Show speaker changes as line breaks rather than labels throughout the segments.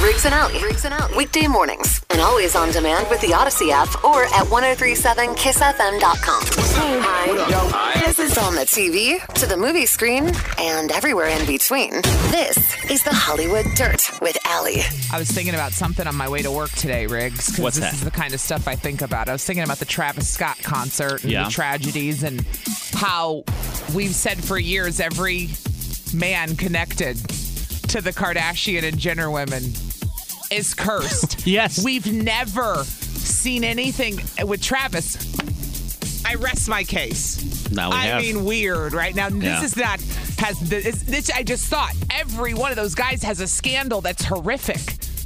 Riggs and Out. Riggs and Out. Weekday mornings. And always on demand with the Odyssey app or at 1037kissfm.com. Hi. This is on the TV, to the movie screen, and everywhere in between. This is the Hollywood Dirt with Allie.
I was thinking about something on my way to work today, Riggs. 'cause
What's
this
that?
is the kind of stuff I think about. I was thinking about the Travis Scott concert and
Yeah.
the tragedies and how we've said for years every man connected to the Kardashian and Jenner women is cursed.
Yes.
We've never seen anything with Travis. I rest my case.
Now we
I
have.
mean, weird, right? Now, this
Yeah.
is not has this, this. I just thought every one of those guys has a scandal that's horrific.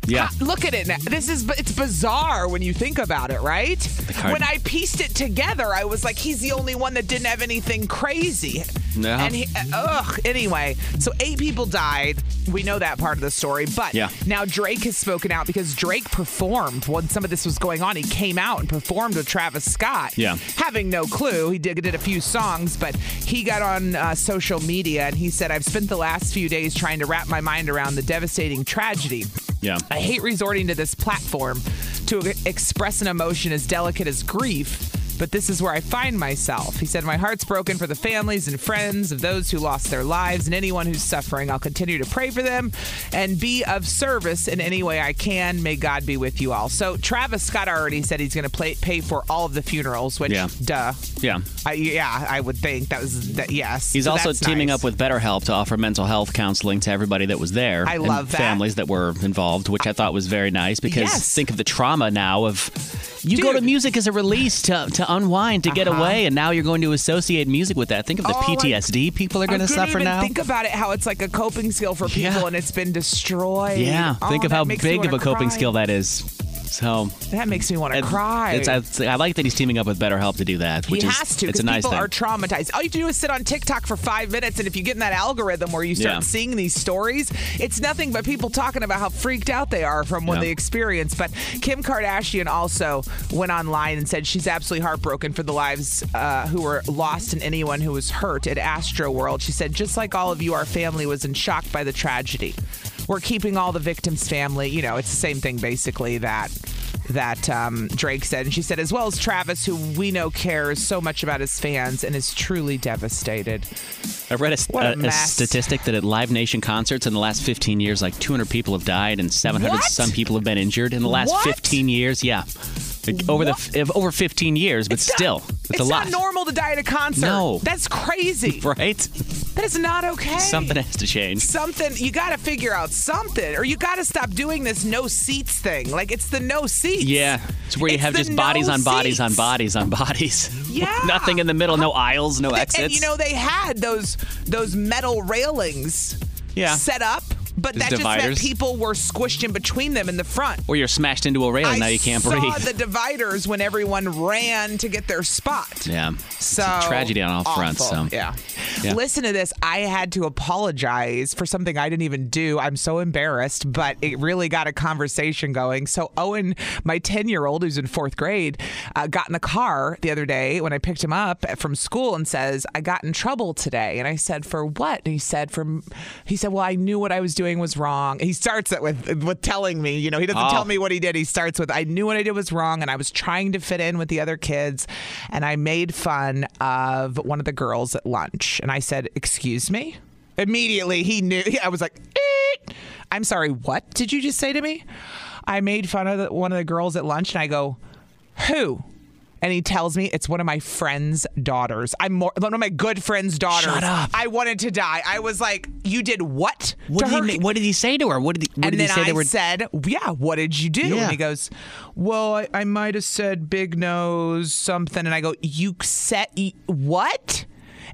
Yeah.
Ah.
Ha- look at it now. This is it's bizarre when you think about it, right?
card-
When I pieced it together, I was like, he's the only one that didn't have anything crazy.
Yeah.
And he, ugh. Anyway, so eight people died. We know that part of the story, but
Yeah.
now Drake has spoken out because Drake performed when some of this was going on. He came out and performed with Travis Scott.
Yeah.
Having no clue, he did, did a few songs, but he got on uh, social media and he said, I've spent the last few days trying to wrap my mind around the devastating tragedy.
Yeah.
I hate resorting to this platform to express an emotion as delicate as grief, but this is where I find myself. He said, My heart's broken for the families and friends of those who lost their lives and anyone who's suffering. I'll continue to pray for them and be of service in any way I can. May God be with you all. So, Travis Scott already said he's going to play, pay for all of the funerals, which,
Yeah.
duh.
Yeah.
I, yeah, I would think that was, that, yes.
He's
So
also
that's
teaming
nice.
up with BetterHelp to offer mental health counseling to everybody that was there.
I
and
love that.
families that were involved, which I thought was very nice because
Yes.
think of the trauma now of you go to
Dude. Uh-huh.
music as a release to, to unwind, to get away, and now you're going to associate music with that. Think of the
Oh, I-
PTSD people are
I
going to
couldn't
suffer
even
now.
Think about it, how it's like a coping skill for people,
Yeah.
and it's been destroyed.
yeah,
Oh,
think of
that
how
makes me
big of
wanna
a coping
cry.
skill that is. So
That makes me want to
and
cry.
It's, it's- I like that he's teaming up with BetterHelp to do that,
he
which is
has to
it's
because
a nice
people
thing.
are traumatized. All you do is sit on TikTok for five minutes, and if you get in that algorithm where you start
Yeah.
seeing these stories, it's nothing but people talking about how freaked out they are from what
Yeah.
they experience. But Kim Kardashian also went online and said she's absolutely heartbroken for the lives uh, who were lost and anyone who was hurt at Astro World. She said, just like all of you, our family was in shock by the tragedy. We're keeping all the victims' family. You know, it's the same thing basically that that um, Drake said. And she said, as well as Travis, who we know cares so much about his fans and is truly devastated.
I read a,
What a
a- a
mess.
statistic that at Live Nation concerts in the last 15 years, like 200 people have died and 700
What?
some people have been injured in the last
What?
15 years. Yeah, Like, over the f- if- over 15 years, but still, it's,
it's
a lot,
not normal to die at a concert.
No.
That's crazy.
right?
that is not okay.
Something has to change.
Something you got to figure out something, or you got to stop doing this no seats thing. Like it's the no seats.
Yeah, it's where you
It's
have
the
just bodies
no
on bodies on
seats.
bodies on bodies.
Yeah.
nothing in the middle, no aisles, no
And,
exits.
you know they had those those metal railings
Yeah.
set up, but
Those
that
dividers.
just meant people were squished in between them in the front.
or you're smashed into a rail and now you can't
saw
breathe.
the dividers when everyone ran to get their spot.
yeah,
So
it's a tragedy on all fronts. So
awful. yeah.
Yeah.
Listen to this. I had to apologize for something I didn't even do. I'm so embarrassed, but it really got a conversation going. So Owen, my 10 year old who's in fourth grade, uh, got in the car the other day when I picked him up from school and says, "I got in trouble today." And I said, "For what?" And he said, "From." He said, "Well, I knew what I was doing was wrong." He starts it with with telling me, you know, he doesn't
Oh.
tell me me what he did. He starts with, I knew what I did was wrong, and I was trying to fit in with the other kids, and I made fun of one of the girls at lunch. And I said, Excuse me? Immediately, he knew. I was like, "Eh." I'm sorry, what did you just say to me? I made fun of the, one of the girls at lunch, and I go, Who? And he tells me it's one of my friend's daughters. I'm more, one of my good friend's daughters.
Shut up.
I wanted to die. I was like, "You did what?"
What
to
did, he,
her?
ma- what did he say to her? What did he, what
and
did he
then
say
I
they were?
said, "Yeah, what did you do?"
Yeah.
And he goes, "Well, I, I might have said big nose something." And I go, "You said e- what?"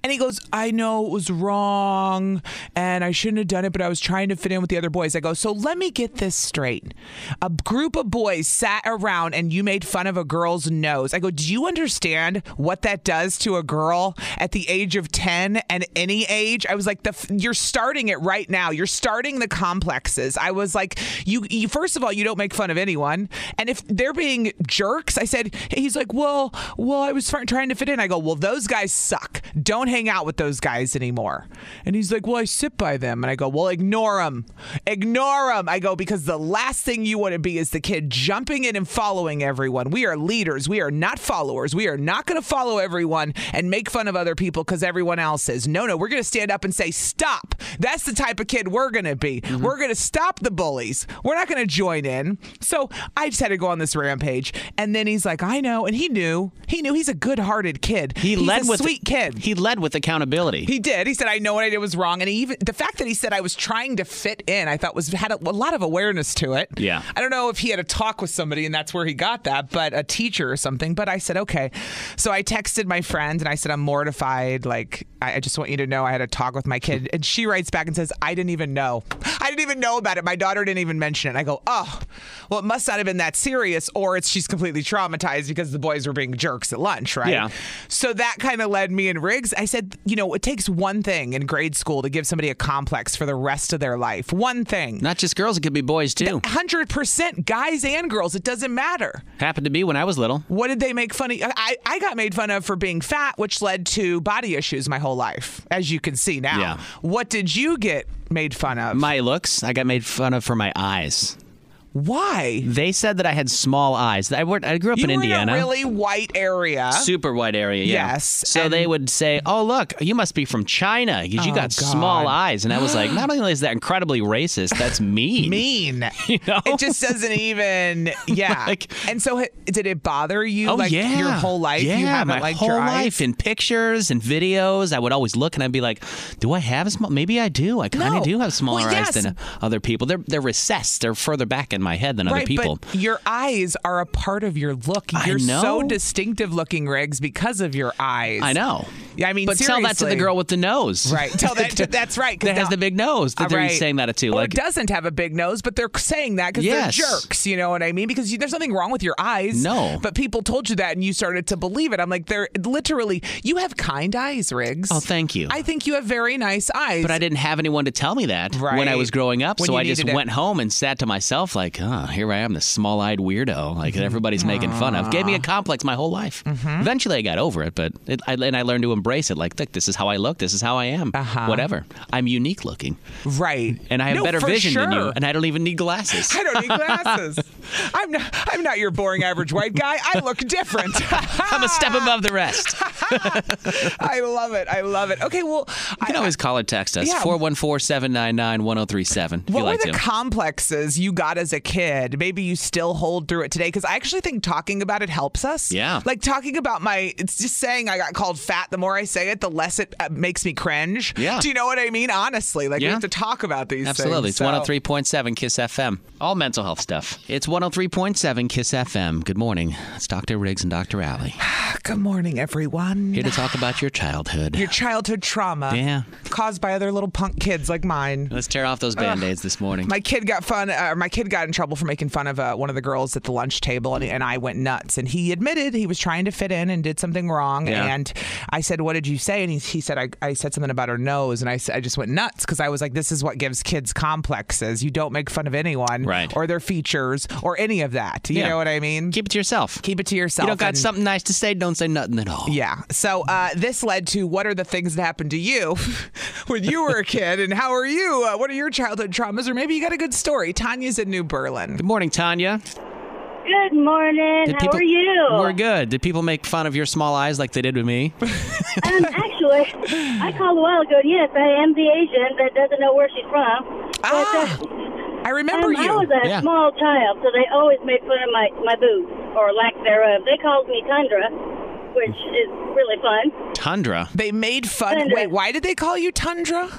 And he goes, I know it was wrong and I shouldn't have done it, but I was trying to fit in with the other boys. I go, So let me get this straight. A group of boys sat around and you made fun of a girl's nose. I go, Do you understand what that does to a girl at the age of 10 and any age? I was like, the f- You're starting it right now. You're starting the complexes. I was like, you, you, first of all, you don't make fun of anyone. And if they're being jerks, I said, He's like, Well, well, I was fr- trying to fit in. I go, Well, those guys suck. Don't hang out with those guys anymore. And he's like, Well, I sit by them. And I go, Well, ignore them. Ignore them. I go, Because the last thing you want to be is the kid jumping in and following everyone. We are leaders. We are not followers. We are not going to follow everyone and make fun of other people because everyone else is. No, no, we're going to stand up and say, Stop. That's the type of kid we're going to be.
Mm-hmm.
We're going to stop the bullies. We're not going to join in. So I just had to go on this rampage. And then he's like, I know. And he knew. He knew he's a good hearted kid.
He
he's
led
a
with
sweet kid.
He led with accountability.
He did. He said, "I know what I did was wrong," and he even the fact that he said I was trying to fit in, I thought was had a, a lot of awareness to it.
Yeah.
I don't know if he had a talk with somebody and that's where he got that, but a teacher or something. But I said, okay. So I texted my friend and I said, I'm mortified. Like, I, I just want you to know I had a talk with my kid, and she writes back and says, I didn't even know. I didn't even know about it. My daughter didn't even mention it. I go, oh, well, it must not have been that serious, or it's she's completely traumatized because the boys were being jerks at lunch, right?
Yeah.
So that kind of led me and Riggs. I said, you know, it takes one thing in grade school to give somebody a complex for the rest of their life. One thing.
Not just girls, it could be boys too.
100% guys and girls, it doesn't matter.
Happened to be when I was little.
What did they make fun of? I, I got made fun of for being fat, which led to body issues my whole life, as you can see now.
Yeah.
What did you get made fun of?
My looks, I got made fun of for my eyes.
Why?
They said that I had small eyes. I, worked, I grew up
You
in
were
Indiana.
in a really white area.
Super white area, yeah.
Yes,
So
and-
they would say, "Oh, look, you must be from China. 'cause You
Oh,
got
God.
small eyes." And I was like, "Not only is that incredibly racist, that's mean."
mean.
know?
It just doesn't even. Yeah.
Oh. Like-
and so, h- did it bother you?
Oh
like
yeah,
Your whole life.
Yeah,
you haven't
my
liked
whole
your
life
eyes?
in pictures and videos. I would always look and I'd be like, "Do I have a small? Maybe I do. I kind of
No.
do have smaller
Well, yes.
eyes than other people. They're they're recessed. They're further back in my head than other
Right,
people.
but your eyes are a part of your look.
I
You're so
know.
distinctive looking, Riggs, because of your eyes.
I know.
Yeah, I mean,
but tell that to the
seriously.
girl with the nose.
Right. Tell that to- that's right, 'cause
That has
now-
the big nose. That
All
they're
right.
saying that to.
Or
Like
doesn't have a big nose, but they're saying that because
Yes.
they're jerks. You know what I mean? Because you, there's nothing wrong with your eyes.
No.
but people told you that, and you started to believe it. I'm like, they're literally. You have kind eyes, Riggs.
Oh, thank you.
I think you have very nice eyes.
but I didn't have anyone to tell me that when I
Right.
was growing up,
When
so
you
I just
needed it.
went home and sat to myself like, "Ah, here I am, this small-eyed weirdo, like that everybody's making fun of."
Ah.
Gave me a complex my whole life.
Mm-hmm.
Eventually, I got over it, but it, I, and I learned to embrace it. Like, look, this is how I look. This is how I am.
Uh-huh.
Whatever. I'm unique looking,
right,
and I have
No,
better
for
vision than you,
sure.
and I don't even need glasses.
I don't need glasses. I'm not. I'm not your boring average white guy. I look different.
I'm a step above the rest. You
I love it. I love it. Okay, well, I,
can always call or text us
Yeah.
414-799-1037 if
What
you like
were the
to.
complexes you got as a kid? Maybe you still hold through it today because I actually think talking about it helps us.
Yeah.
Like talking about my, it's just saying I got called fat. The more I say it, the less it uh, makes me cringe.
Yeah.
Do you know what I mean? Honestly, like we
Yeah.
have to talk about these
Absolutely.
things.
It's 103.7 Kiss FM. All mental health stuff. It's 103.7 Kiss FM. Good morning. It's Dr. Riggs and Dr. Alley.
Ah, Good morning, everyone.
Here to talk about your childhood.
Your childhood trauma
Yeah.
caused by other little punk kids like mine.
Let's tear off those band aids this morning.
My kid got fun. Uh, my kid got in trouble for making fun of uh, one of the girls at the lunch table, and, and I went nuts. And he admitted he was trying to fit in and did something wrong.
Yeah.
And I said, "What did you say?" And he, he said, I, "I said something about her nose." And I, s- I just went nuts because I was like, "This is what gives kids complexes. You don't make fun of anyone,
Right.
or their features, or any of that. You
Yeah.
know what I mean?
Keep it to yourself.
Keep it to yourself.
you don't got
and-
something nice to say, don't say nothing at all.
yeah. So uh, this led to what are the things that happened to you when you were a kid, and how are you? Uh, what are your childhood traumas, or maybe you got a good story? Tanya's in New Berlin.
Good morning, Tanya.
Good morning.
Did
How
people-
are you?
We're good. Did people make fun of your small eyes like they did with me?
Um, actually, I called a while ago. and Yes, I am the Asian that doesn't know where she's from. But,
Ah,
uh,
I remember
um,
you.
I was a
Yeah.
small child, so they always made fun of my my boobs or lack thereof. They called me Tundra, which is really fun.
Tundra.
they made fun.
Tundra.
Wait, why did they call you Tundra?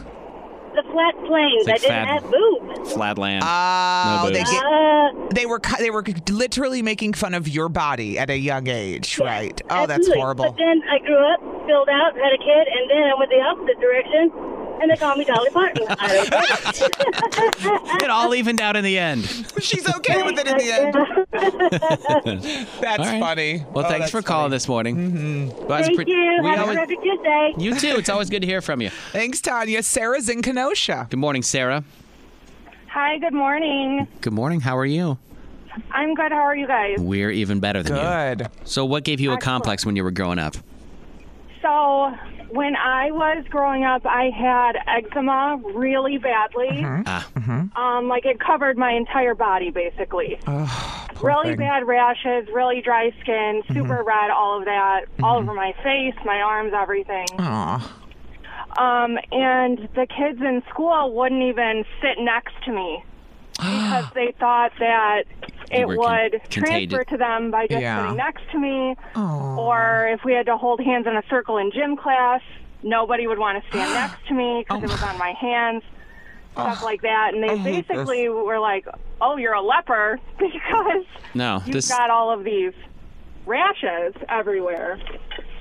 The flat plains.
like
I didn't
fat.
have boobs.
Flatland.
Oh,
No
they
boobs.
get-
Uh,
they were cu- they were literally making fun of your body at a young age, right? Oh, that's
absolutely.
horrible.
But then I grew up spilled out, had a kid, and then I went the opposite direction, and they called me Dolly Parton. I don't get
It all evened out in the end.
She's okay with it in the end. That's
All right.
funny.
Well,
Oh,
thanks
that's
for
funny.
calling this morning. Mm-hmm.
Thank you.
We
Have
always-
a terrific Tuesday.
you too. It's always good to hear from you.
Thanks, Tanya. Sarah's in Kenosha.
Good morning, Sarah.
Hi, good morning.
Good morning. How are you?
I'm good. How are you guys?
We're even better than you.
Good.
So, what gave you a complex when you were growing up?
So, when I was growing up, I had eczema really badly.
Ah,
Um, like it covered my entire body, basically.
Uh,
really
Oh, thing.
bad rashes, really dry skin, super red, all of that, all over my face, my arms, everything.
Aw.
Um, and the kids in school wouldn't even sit next to me because they thought that it
were
would
con-
transfer
contagious.
to them by just
Yeah.
sitting next to me. Or if we had to hold hands in a circle in gym class, nobody would want to stand next to me because it was on my hands.
Oh.
Stuff like that, and they basically were like, "Oh, you're a leper because
no.
you've
Oh, This,
got all of these rashes everywhere."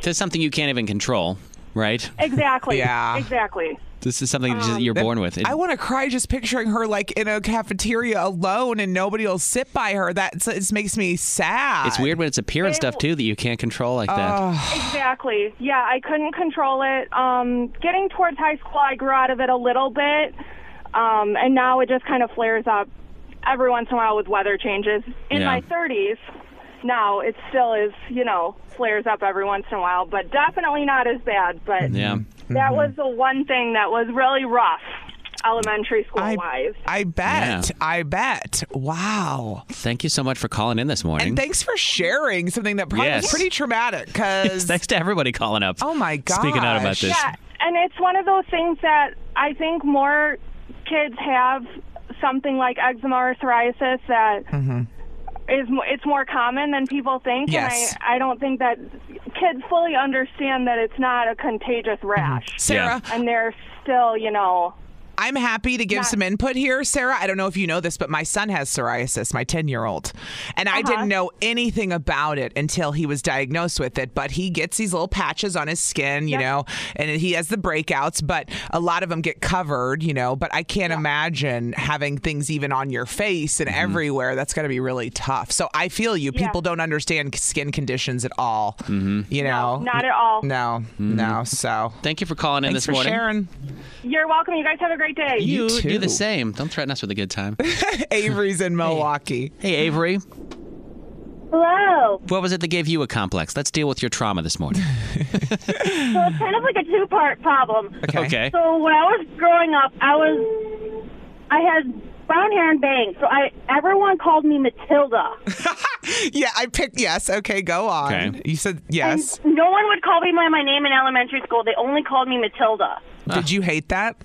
this is something you can't even control, right?
Exactly.
Yeah.
Exactly.
This is something
Um,
that just, you're born with. It-
I want to cry just picturing her like in a cafeteria alone and nobody will sit by her. That it makes me sad.
it's weird when it's appearance stuff, too, that you can't control like that.
Exactly. Yeah, I couldn't control it. Um, getting towards high school, I grew out of it a little bit, um, and now it just kind of flares up every once in a while with weather changes. In
Yeah.
my 30s, now it still is, you know, flares up every once in a while, but definitely not as bad. But
yeah. Mm-hmm.
that was the one thing that was really rough, elementary school wise.
I bet.
Yeah.
I bet. Oh, Wow.
Thank you so much for calling in this morning.
And thanks for sharing something that probably
Yes.
was pretty traumatic because
Thanks to everybody calling up.
Oh, my
Speaking out about
gosh.
this.
Yeah, and it's one of those things that I think more kids have something like eczema or psoriasis that
Hmm.
is mo- it's more common than people think.
Yes.
And I, I don't think that kids fully understand that it's not a contagious rash.
Mm-hmm. Sarah,
Yeah.
And they're still, you know,
I'm happy to give some input here, Sarah. I don't know if you know this, but my son has psoriasis, my 10 year old. And I
Uh-huh.
didn't know anything about it until he was diagnosed with it. But he gets these little patches on his skin, you know, and he has the breakouts, but a lot of them get covered, you know. But I can't imagine having things even on your face and
Mm-hmm.
everywhere. That's got to be really tough. So I feel you. People don't understand skin conditions at all, you know.
not at all.
no, no. So
Mm-hmm. Thank you for calling in
thanks
this
for
morning.
sharing.
You're welcome. You guys have a great day.
You,
You
do the
too.
same. Don't threaten us with a good time.
Avery's in Milwaukee.
hey, Avery,
Hello.
what was it that gave you a complex? Let's deal with your trauma this morning.
So it's kind of like a two-part problem.
okay.
So when I was growing up, I was I had brown hair and bangs. So I everyone called me Matilda.
Yeah, I picked yes. Okay, go on.
Okay.
You said yes.
No one would call me by my name in elementary school. They only called me Matilda.
Did you hate that?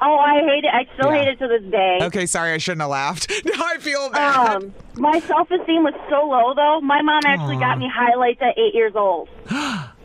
Oh, I hate it. I still
Yeah.
hate it to this day.
Okay, sorry, I shouldn't have laughed. Now I feel bad.
Um, my self-esteem was so low, though. My mom actually got me highlights at eight years old.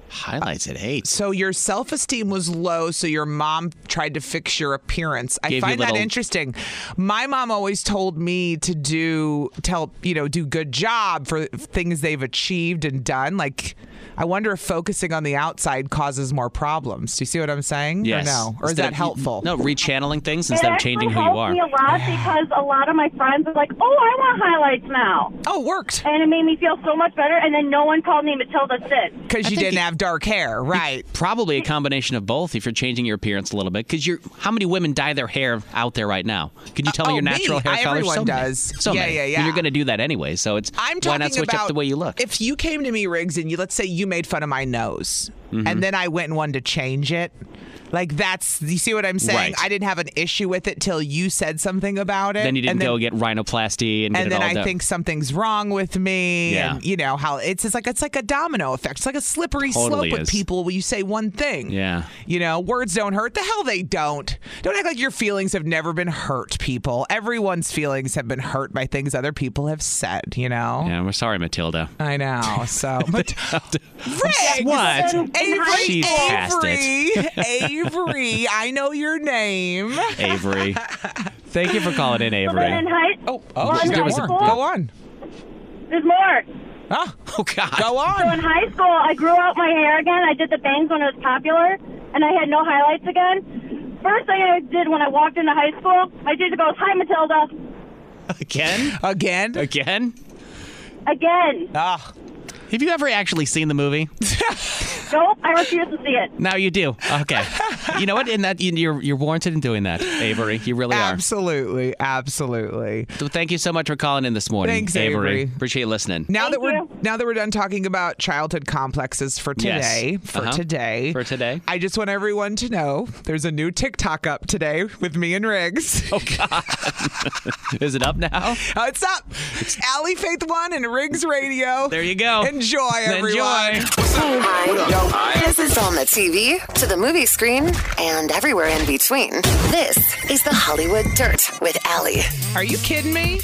Highlights at eight.
so your self-esteem was low, so your mom tried to fix your appearance. I
Gave you
find that
little-
interesting. My mom always told me to do tell you know do good job for things they've achieved and done. Like, I wonder if focusing on the outside causes more problems. Do you see what I'm saying? Or
Yes.
no? Or is
Instead
that
of- e-
helpful?
No, rechanneling things
It
instead of
actually
changing who you
helped
are.
me a lot because a lot of my friends are like, "Oh, I want highlights now,"
Oh, it worked
and it made me feel so much better. And then no one called me Matilda since.
because you
think
didn't
it-
have dark hair, right?
Probably a combination of both if you're changing your appearance a little bit. Because you're, how many women dye their hair out there right now? Could you tell me
oh,
your
me?
natural hair
I-
color? so
everyone
many.
does.
So
Yeah,
many.
yeah,
And
yeah.
you're going to do that anyway. So it's
I'm talking
why not switch
about
up the way you look?
If you came to me, Riggs, and you let's say you made fun of my nose,
Mm-hmm.
and then I went and wanted to change it. Like that's you see what I'm saying?
Right.
I didn't have an issue with it till you said something about it.
then you
and
didn't go get rhinoplasty and, get
and
it
then
all
I
done.
think something's wrong with me.
Yeah.
And you know how it's it's like it's like a domino effect. It's like a slippery
Totally
slope with
is.
people where you say one thing.
Yeah.
You know, words don't hurt. The hell they don't. Don't act like your feelings have never been hurt, people. Everyone's feelings have been hurt by things other people have said, you know?
yeah, we're sorry, Matilda.
I know. So, but Riggs,
What?
Avery,
She's past
Avery, Avery. I know your name.
Avery. Thank you for calling in,
But then
Avery.
in high,
Oh,
oh,
in
there
high
was a-
school,
go on.
There's more.
Ah,
Oh God.
go
So in
on.
high school, I grew out my hair again. I did the bangs when it was popular, and I had no highlights again. First thing I did when I walked into high school, my teacher goes, "Hi, Matilda."
Again?
Again?
Again?
Again.
Ah,
Have you ever actually seen the movie?
Nope, I refuse to see it.
No, you do. Okay. you know what? In that, you- you're you're warranted in doing that, Avery. You really are.
absolutely, absolutely.
So thank you so much for calling in this morning,
Thanks,
Avery.
Avery.
Appreciate you listening.
Now
Thank
that we're
you.
now that we're done talking about childhood complexes for
Yes.
today, for
Uh-huh.
today,
For today.
I just want everyone to know there's a new TikTok up today with me and Riggs.
Oh God. Is it up now?
Uh, it's up. It's Ally Faith One and Riggs Radio.
There you go.
Enjoy, everyone.
Enjoy.
Hi. This is on the TV, to the movie screen, and everywhere in between. This is the Hollywood Dirt with Allie.
Are you kidding me?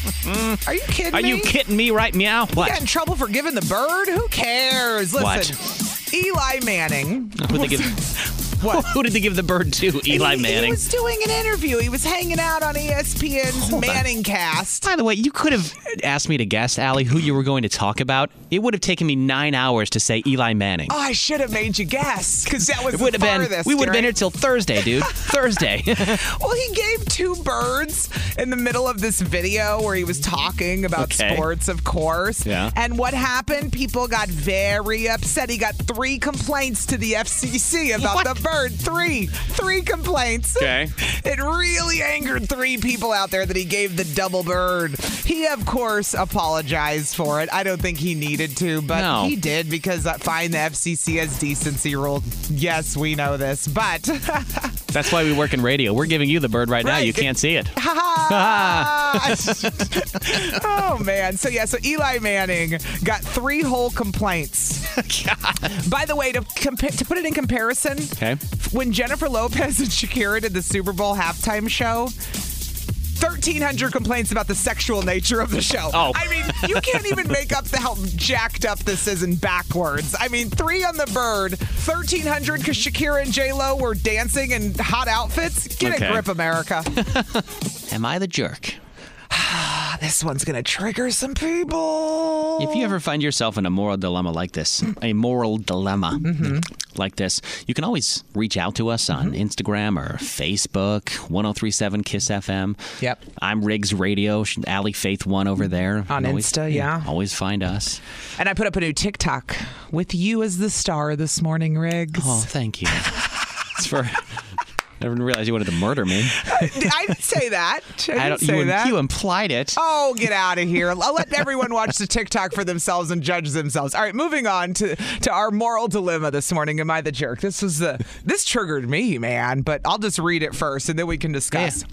Are you kidding
Mm-hmm. Are
me?
you kidding me right meow? What?
Got in trouble for giving the bird? Who cares? Listen,
What?
Eli Manning.
Who did they give?
What?
Who did they give the bird to? Eli
He- He
Manning.
was doing an interview. He was hanging out on E ESPN's Manning Cast.
By the way, you could have asked me to guess, Allie, who you were going to talk about. It would have taken me nine hours to say Eli Manning.
Oh, I should have made you guess because that was
it
the
would have been.
farthest,
we would have
right?
been here till Thursday, dude. Thursday.
Well, he gave two birds in the middle of this video where he was talking about
Okay.
sports, of course.
Yeah.
And what happened? People got very upset. He got three complaints to the FCC about
What?
the bird. Three. Three complaints.
Okay.
It really angered three people out there that he gave the double bird. He, of course, apologized for it. I don't think he needed to, but
No.
he did because I find the FCC has decency rule. Yes, we know this, but.
That's why we work in radio. We're giving you the bird right, now.
Right.
You can't see it.
Ha! oh man. So yeah, so Eli Manning got three whole complaints. By the way, to compa- to put it in comparison,
Okay.
when Jennifer Lopez and Shakira did the Super Bowl halftime show, 1,300 complaints about the sexual nature of the show.
Oh.
I mean, you can't even make up the how jacked up this is in backwards. I mean, three on the bird, 1,300 because Shakira and J-Lo were dancing in hot outfits. Get
Okay.
a grip, America.
Am I the jerk?
Ah, this one's gonna trigger some people.
If you ever find yourself in a moral dilemma like this, a moral dilemma
Mm-hmm.
like this, you can always reach out to us on Instagram or Facebook, 1037 Kiss FM.
Yep. Mm-hmm.
I'm Riggs Radio, Alley Faith One over there. You can always-
Insta, yeah.
Always find us.
and I put up a new TikTok with you as the star this morning, Riggs.
Oh, thank you. it's for. I didn't realize you wanted to murder me.
I didn't say that. I didn't
I don't.
say
You, im-
that.
you implied it.
Oh, get out of here. I'll let everyone watch the TikTok for themselves and judge themselves. All right, moving on to, to our moral dilemma this morning. Am I the jerk? This was the this triggered me, man, but I'll just read it first and then we can discuss.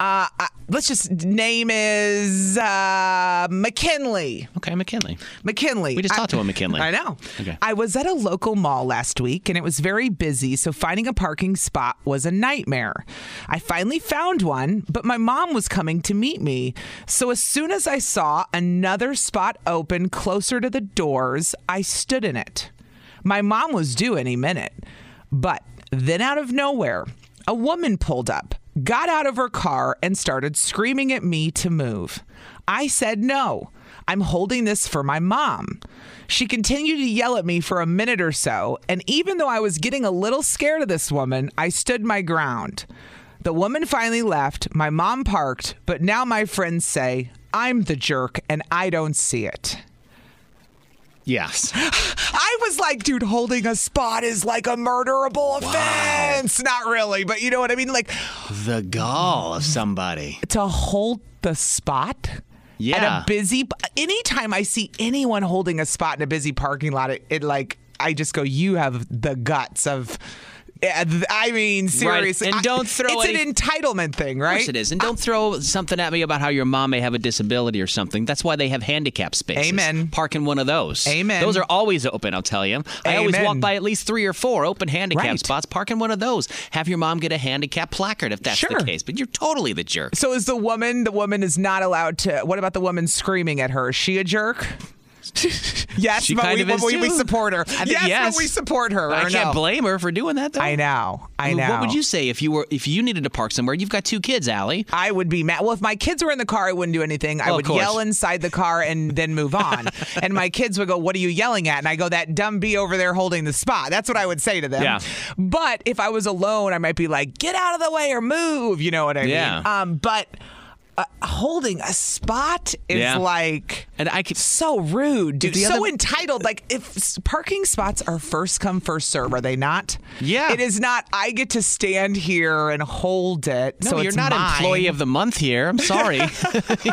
Uh, I, let's just name is uh, McKinley.
Okay, McKinley.
McKinley.
We just
I-
talked to him, McKinley.
I know.
Okay.
I was at a local mall last week and it was very busy, so finding a parking spot was a nightmare. I finally found one, but my mom was coming to meet me. So as soon as I saw another spot open closer to the doors, I stood in it. My mom was due any minute. But then out of nowhere, a woman pulled up, got out of her car, and started screaming at me to move. I said no. I'm holding this for my mom. She continued to yell at me for a minute or so, and even though I was getting a little scared of this woman, I stood my ground. The woman finally left, my mom parked, but now my friends say, I'm the jerk and I don't see it.
Yes.
I was like, dude, holding a spot is like a murderable offense. Not really, but you know what I mean? Like,
the gall of somebody.
to hold the spot at
Yeah.
a busy anytime i see anyone holding a spot in a busy parking lot it, it like i just go you have the guts of Yeah, th- i mean seriously
And
I-
don't throw
it's
any-
an entitlement thing right
Of course it is. And don't throw something at me about how your mom may have a disability or something. That's why they have handicap spaces.
Amen.
Park in one of those.
Amen.
Those are always open, I'll tell you. I always
Amen.
walk by at least three or four open handicap
Right.
spots. Park in one of those. Have your mom get a handicap placard if that's
Sure.
the case. But you're totally the jerk.
so is the woman the woman is not allowed to what about the woman screaming at her is she a jerk Yes,
She
but
kind
we,
of is
we, we
too.
support her.
I think
yes,
yes.
but we support her.
I
or
can't
no.
blame her for doing that, though.
I know. I know.
What would you say if you were if you needed to park somewhere? You've got two kids, Allie.
I would be mad. Well, if my kids were in the car, I wouldn't do anything. I
Well, of
would
course.
yell inside the car and then move on. and my kids would go, What are you yelling at? And I go, That dumb bee over there holding the spot. That's what I would say to them.
Yeah.
But if I was alone, I might be like, Get out of the way or move. You know what I
Yeah.
mean? Um, but uh, holding a spot is
Yeah.
like.
And I could.
so rude, dude.
The
So
other-
entitled. Like, if s- parking spots are first come, first serve, are they not?
Yeah.
It is not. I get to stand here and hold it.
No,
so
you're
it's
not
mine.
employee of the month here. I'm sorry.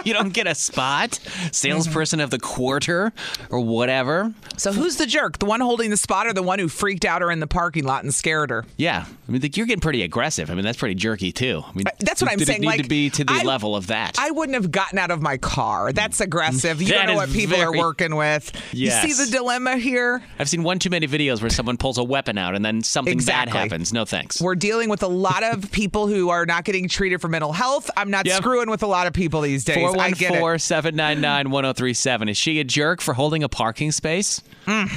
you don't get a spot. Salesperson of the quarter or whatever.
So who's the jerk? The one holding the spot, or the one who freaked out her in the parking lot and scared her?
Yeah, I mean, like, you're getting pretty aggressive. I mean, that's pretty jerky too. I mean,
that's what I'm
did
saying,
It need
like,
to be to the
I-
level of that.
I wouldn't have gotten out of my car. That's aggressive. You
That
don't know
is
what people are
very-
working with. You
Yes.
see the dilemma here?
I've seen one too many videos where someone pulls a weapon out and then something
Exactly.
bad happens. No thanks.
We're dealing with a lot of people who are not getting treated for mental health. I'm not
Yep.
screwing with a lot of people these days. I get it.
414 799 1037. Is she a jerk for holding a parking space?
Mm.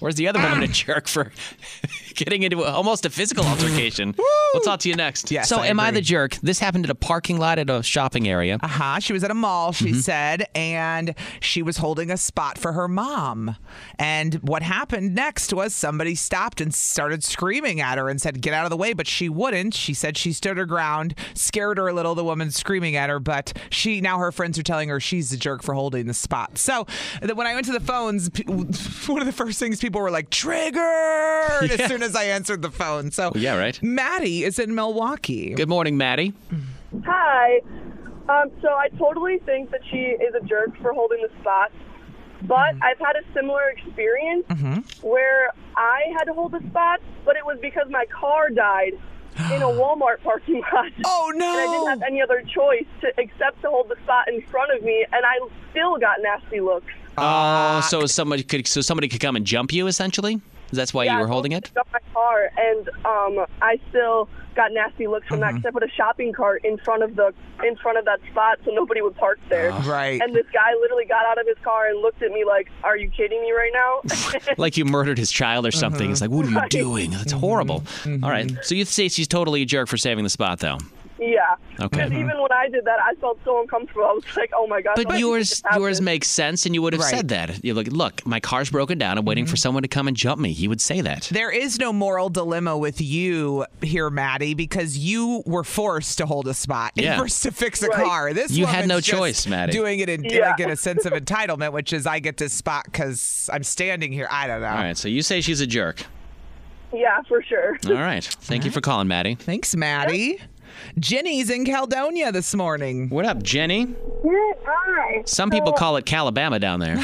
Or is the other woman a jerk for getting into a- almost a physical altercation? we'll talk to you next.
Yes,
so,
I
am I
agree.
the jerk? This happened at a parking lot at a shopping area. Mm-hmm.
Uh-huh. She was at a mall, she said, and she was holding a spot for her mom. And what happened next was somebody stopped and started screaming at her and said, "Get out of the way," but she wouldn't. She said she stood her ground, scared her a little, the woman screaming at her, but she now her friends are telling her she's the jerk for holding the spot. So, th- when I went to the phones, p- one of the first things people were like, "Triggered!" as soon as I answered the phone. So,
Oh, yeah, right.
Maddie is in Milwaukee.
Good morning, Maddie.
Hi. Um, so I totally think that she is a jerk for holding the spot, but
Mm-hmm.
I've had a similar experience where I had to hold the spot, but it was because my car died in a Walmart parking lot.
Oh no.
And I didn't have any other choice to except to hold the spot in front of me, and I still got nasty looks.
Oh, so somebody could so somebody could come and jump you essentially? That's why you
Yeah,
were holding it?
I got my car, and um, I still got nasty looks from that
Mm-hmm.
'cause that. I put a shopping cart in front of the in front of that spot so nobody would park there.
Uh-huh.
right.
And this guy literally got out of his car and looked at me like, "Are you kidding me right now?"
like you murdered his child or
Uh-huh.
something. It's like, what are you doing? That's
Mm-hmm.
horrible. All right. So you say she's totally a jerk for saving the spot, though.
yeah.
Okay. Uh-huh.
Because even when I did that, I felt so uncomfortable. I was like, "Oh my god."
But
somebody
yours,
just happened."
yours makes sense, and you would have
Right.
said that. You look, look, my car's broken down. I'm waiting
Mm-hmm.
for someone to come and jump me. You would say that.
There is no moral dilemma with you here, Maddie, because you were forced to hold a spot and
Yeah.
forced to fix a
Right.
car. This
You had
woman's
no
just
choice, Maddie.
Doing it in
Yeah.
like in a sense of entitlement, which is I get this spot because I'm standing here. I don't know.
All right. So you say she's a jerk.
Yeah, for sure.
All right. Thank you for calling, Maddie.
Thanks, Maddie. Jenny's in Caledonia this morning.
What up, Jenny?
Hi.
Some people call it Calabama down there.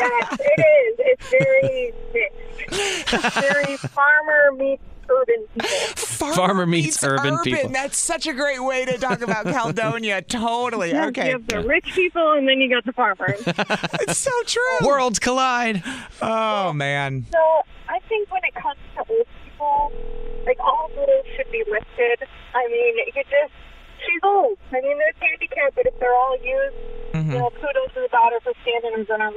Yes, it is. It's very mixed. very farmer meets urban people.
Farmer,
meets urban people.
That's such a great way to talk about Caledonia. Totally. Okay.
You have the rich people, and then you got the farmers.
It's so true.
Worlds collide.
Oh, man.
So I think when it comes to old people, like all rules should be lifted. I mean, you just she's old. I mean, there's handicap, but if they're all used,
Mm-hmm.
you know, kudos to the daughter for standing her ground.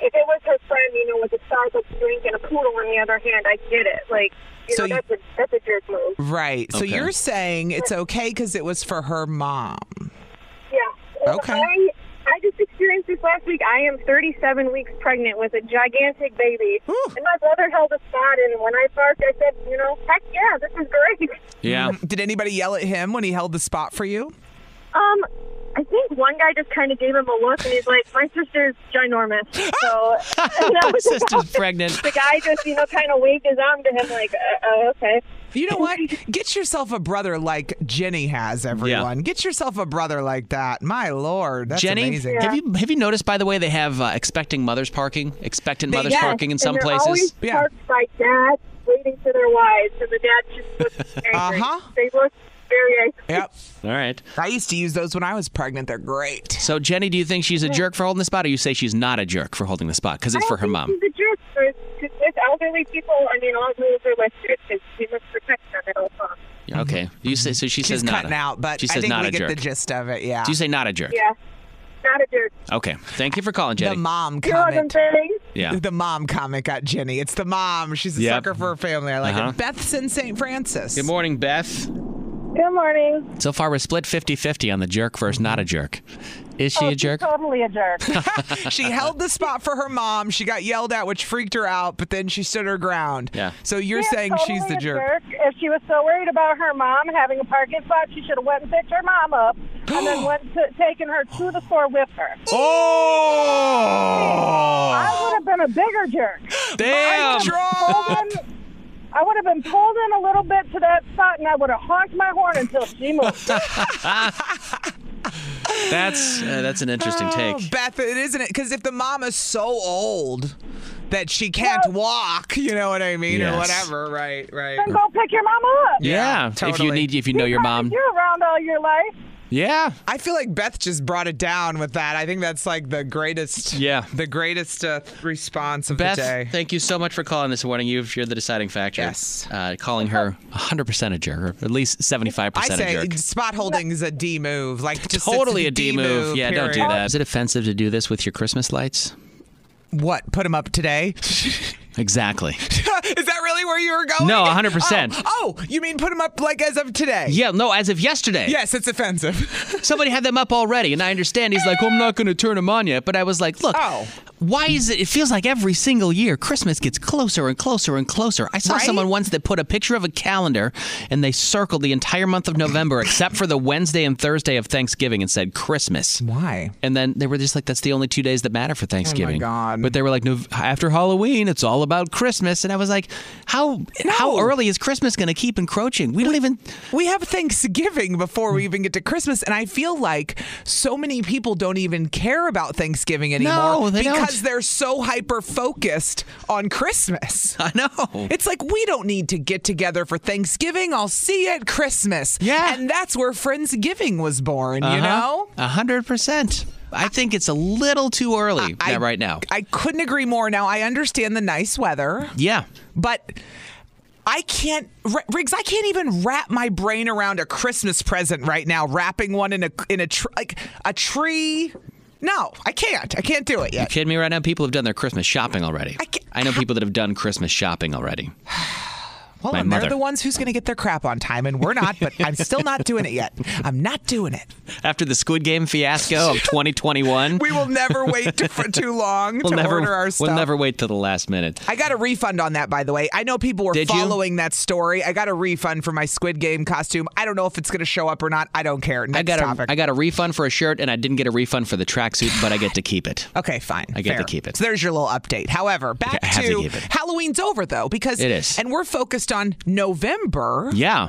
If it was her friend, you know, with a Starbucks drink and a poodle in the other hand, I get it. Like, you
So
know,
you-
that's a that's a jerk move.
Right. So
Okay.
you're saying it's okay because it was for her mom.
Yeah.
Okay.
I, I just experienced this last week. I am 37 weeks pregnant with a gigantic baby.
Whew.
And my brother held a spot, and when I parked, I said, you know, heck yeah, this is great.
Yeah.
Mm-hmm. Did anybody yell at him when he held the spot for you?
Um, I think one guy just kind of gave him a look, and he's like, my sister's ginormous. So and that
My
was about
sister's
it.
pregnant.
The guy just, you know, kind of waved his arm to him, like, uh, oh, okay.
You know what? Get yourself a brother like Jenny has, everyone. Get yourself a brother like that. My lord, that's
Jenny,
amazing.
have you have you noticed by the way they have uh, expecting mothers parking, expectant mothers
Yes,
parking in
and
some
they're
places?
Always
Yeah.
parked by dads waiting for their wives, and the dad just looks angry.
Uh-huh.
They look very angry.
Yep.
All right.
I used to use those when I was pregnant. They're great.
So, Jenny, do you think she's a jerk for holding the spot, or you say she's not a jerk for holding the spot because it's
I
for her
think
mom?
She's a jerk for- 'cause with elderly people. I mean, all rules are listed because she must protect them at all times.
Okay. You say so. She
She's
says not.
cutting
a-
out, but
she
I
says
think
not
we
a
get
jerk.
the gist of it. Yeah.
Do you say not a jerk?
Yeah. not a jerk.
Okay. Thank you for calling, Jenny.
The mom
You know what I'm
comment.
saying?
yeah.
The mom comment got Jenny. It's the mom. She's a
Yep.
sucker for her family. I like
Uh-huh.
it. Beth's in St. Francis.
Good morning, Beth.
Good morning.
So far, we're split 50 50 on the jerk versus not
Mm-hmm.
a jerk. Is she
Oh,
a
she's
jerk?
Totally a jerk.
she held the spot for her mom. She got yelled at, which freaked her out, but then she stood her ground.
Yeah.
So you're
She is
saying
totally
she's the
a
jerk.
If she was so worried about her mom having a parking spot, she should have went and picked her mom up and then went to, taken her to the store with her.
Oh!
I would have been a bigger jerk.
Damn!
Drop!
Pulled in- I would have been pulled in a little bit to that spot, and I would have honked my horn until she moved.
That's uh, that's an interesting
Oh,
take.
Beth, it isn't it? Because if the mom is so old that she can't walk, you know what I mean, or
Yes.
whatever, right? Right.
then go pick your mama up.
Yeah, if
totally.
you need if you know your mom.
You're around all your life.
Yeah.
I feel like Beth just brought it down with that. I think that's like the greatest.
Yeah.
The greatest uh, response of
Beth,
the day.
thank you so much for calling this morning. You've, you're the deciding factor.
Yes.
Uh, calling her 100% a jerk, or at least 75%
I
a
say
jerk.
spot holding is a D move. Like just
Totally
it's
a D move. Yeah, don't do
period.
that. Is it offensive to do this with your Christmas lights?
What? Put him up today?
Exactly.
is that really where you were going?
No, 100%.
Oh, oh, you mean put him up like as of today?
Yeah, no, as of yesterday.
Yes, it's offensive.
Somebody had them up already, and I understand he's like, well, I'm not going to turn them on yet. But I was like, look,
Oh.
why is it? It feels like every single year Christmas gets closer and closer and closer. I saw
Right?
someone once that put a picture of a calendar and they circled the entire month of November except for the Wednesday and Thursday of Thanksgiving and said Christmas.
Why?
And then they were just like, that's the only two days that matter for Thanksgiving.
Oh God.
But they were like, no, after Halloween, it's all about Christmas. And I was like, how how
No.
early is Christmas going to keep encroaching? We don't even.
We have Thanksgiving before we even get to Christmas, and I feel like so many people don't even care about Thanksgiving anymore
No, they don't.
because they're so hyper focused on Christmas.
I know.
It's like we don't need to get together for Thanksgiving. I'll see you at Christmas.
Yeah. Uh-huh.
And that's where Friendsgiving was born, you know?
A hundred percent. I think it's a little too early
I-
now- right now.
I couldn't agree more. Now, I understand the nice weather.
yeah.
but I can't, R- Riggs. I can't even wrap my brain around a Christmas present right now. Wrapping one in a in a tr- like a tree. No, I can't. I can't do it yet.
Kidding me right now? People have done their Christmas shopping already. I,
can't-
know people that have done Christmas shopping already.
Well,
my
and
mother.
they're the ones who's going to get their crap on time, and we're not. But I'm still not doing it yet. I'm not doing it.
After the Squid Game fiasco of 2021,
We will never wait to, for too long
we'll
to
never
order our stuff.
we'll never wait till the last minute.
I got a refund on that, by the way. I know people were
Did you?
following that story. I got a refund for my Squid Game costume. I don't know if it's going to show up or not. I don't care. Next
I got
topic.
a, I got a refund for a shirt, and I didn't get a refund for the tracksuit, but I get to keep it.
Okay, fine.
I get to
Fair.
keep it.
So there's your little update. However, back
I have to
to,
keep it.
Halloween's over though because
It is.
and we're focused on November.
Yeah,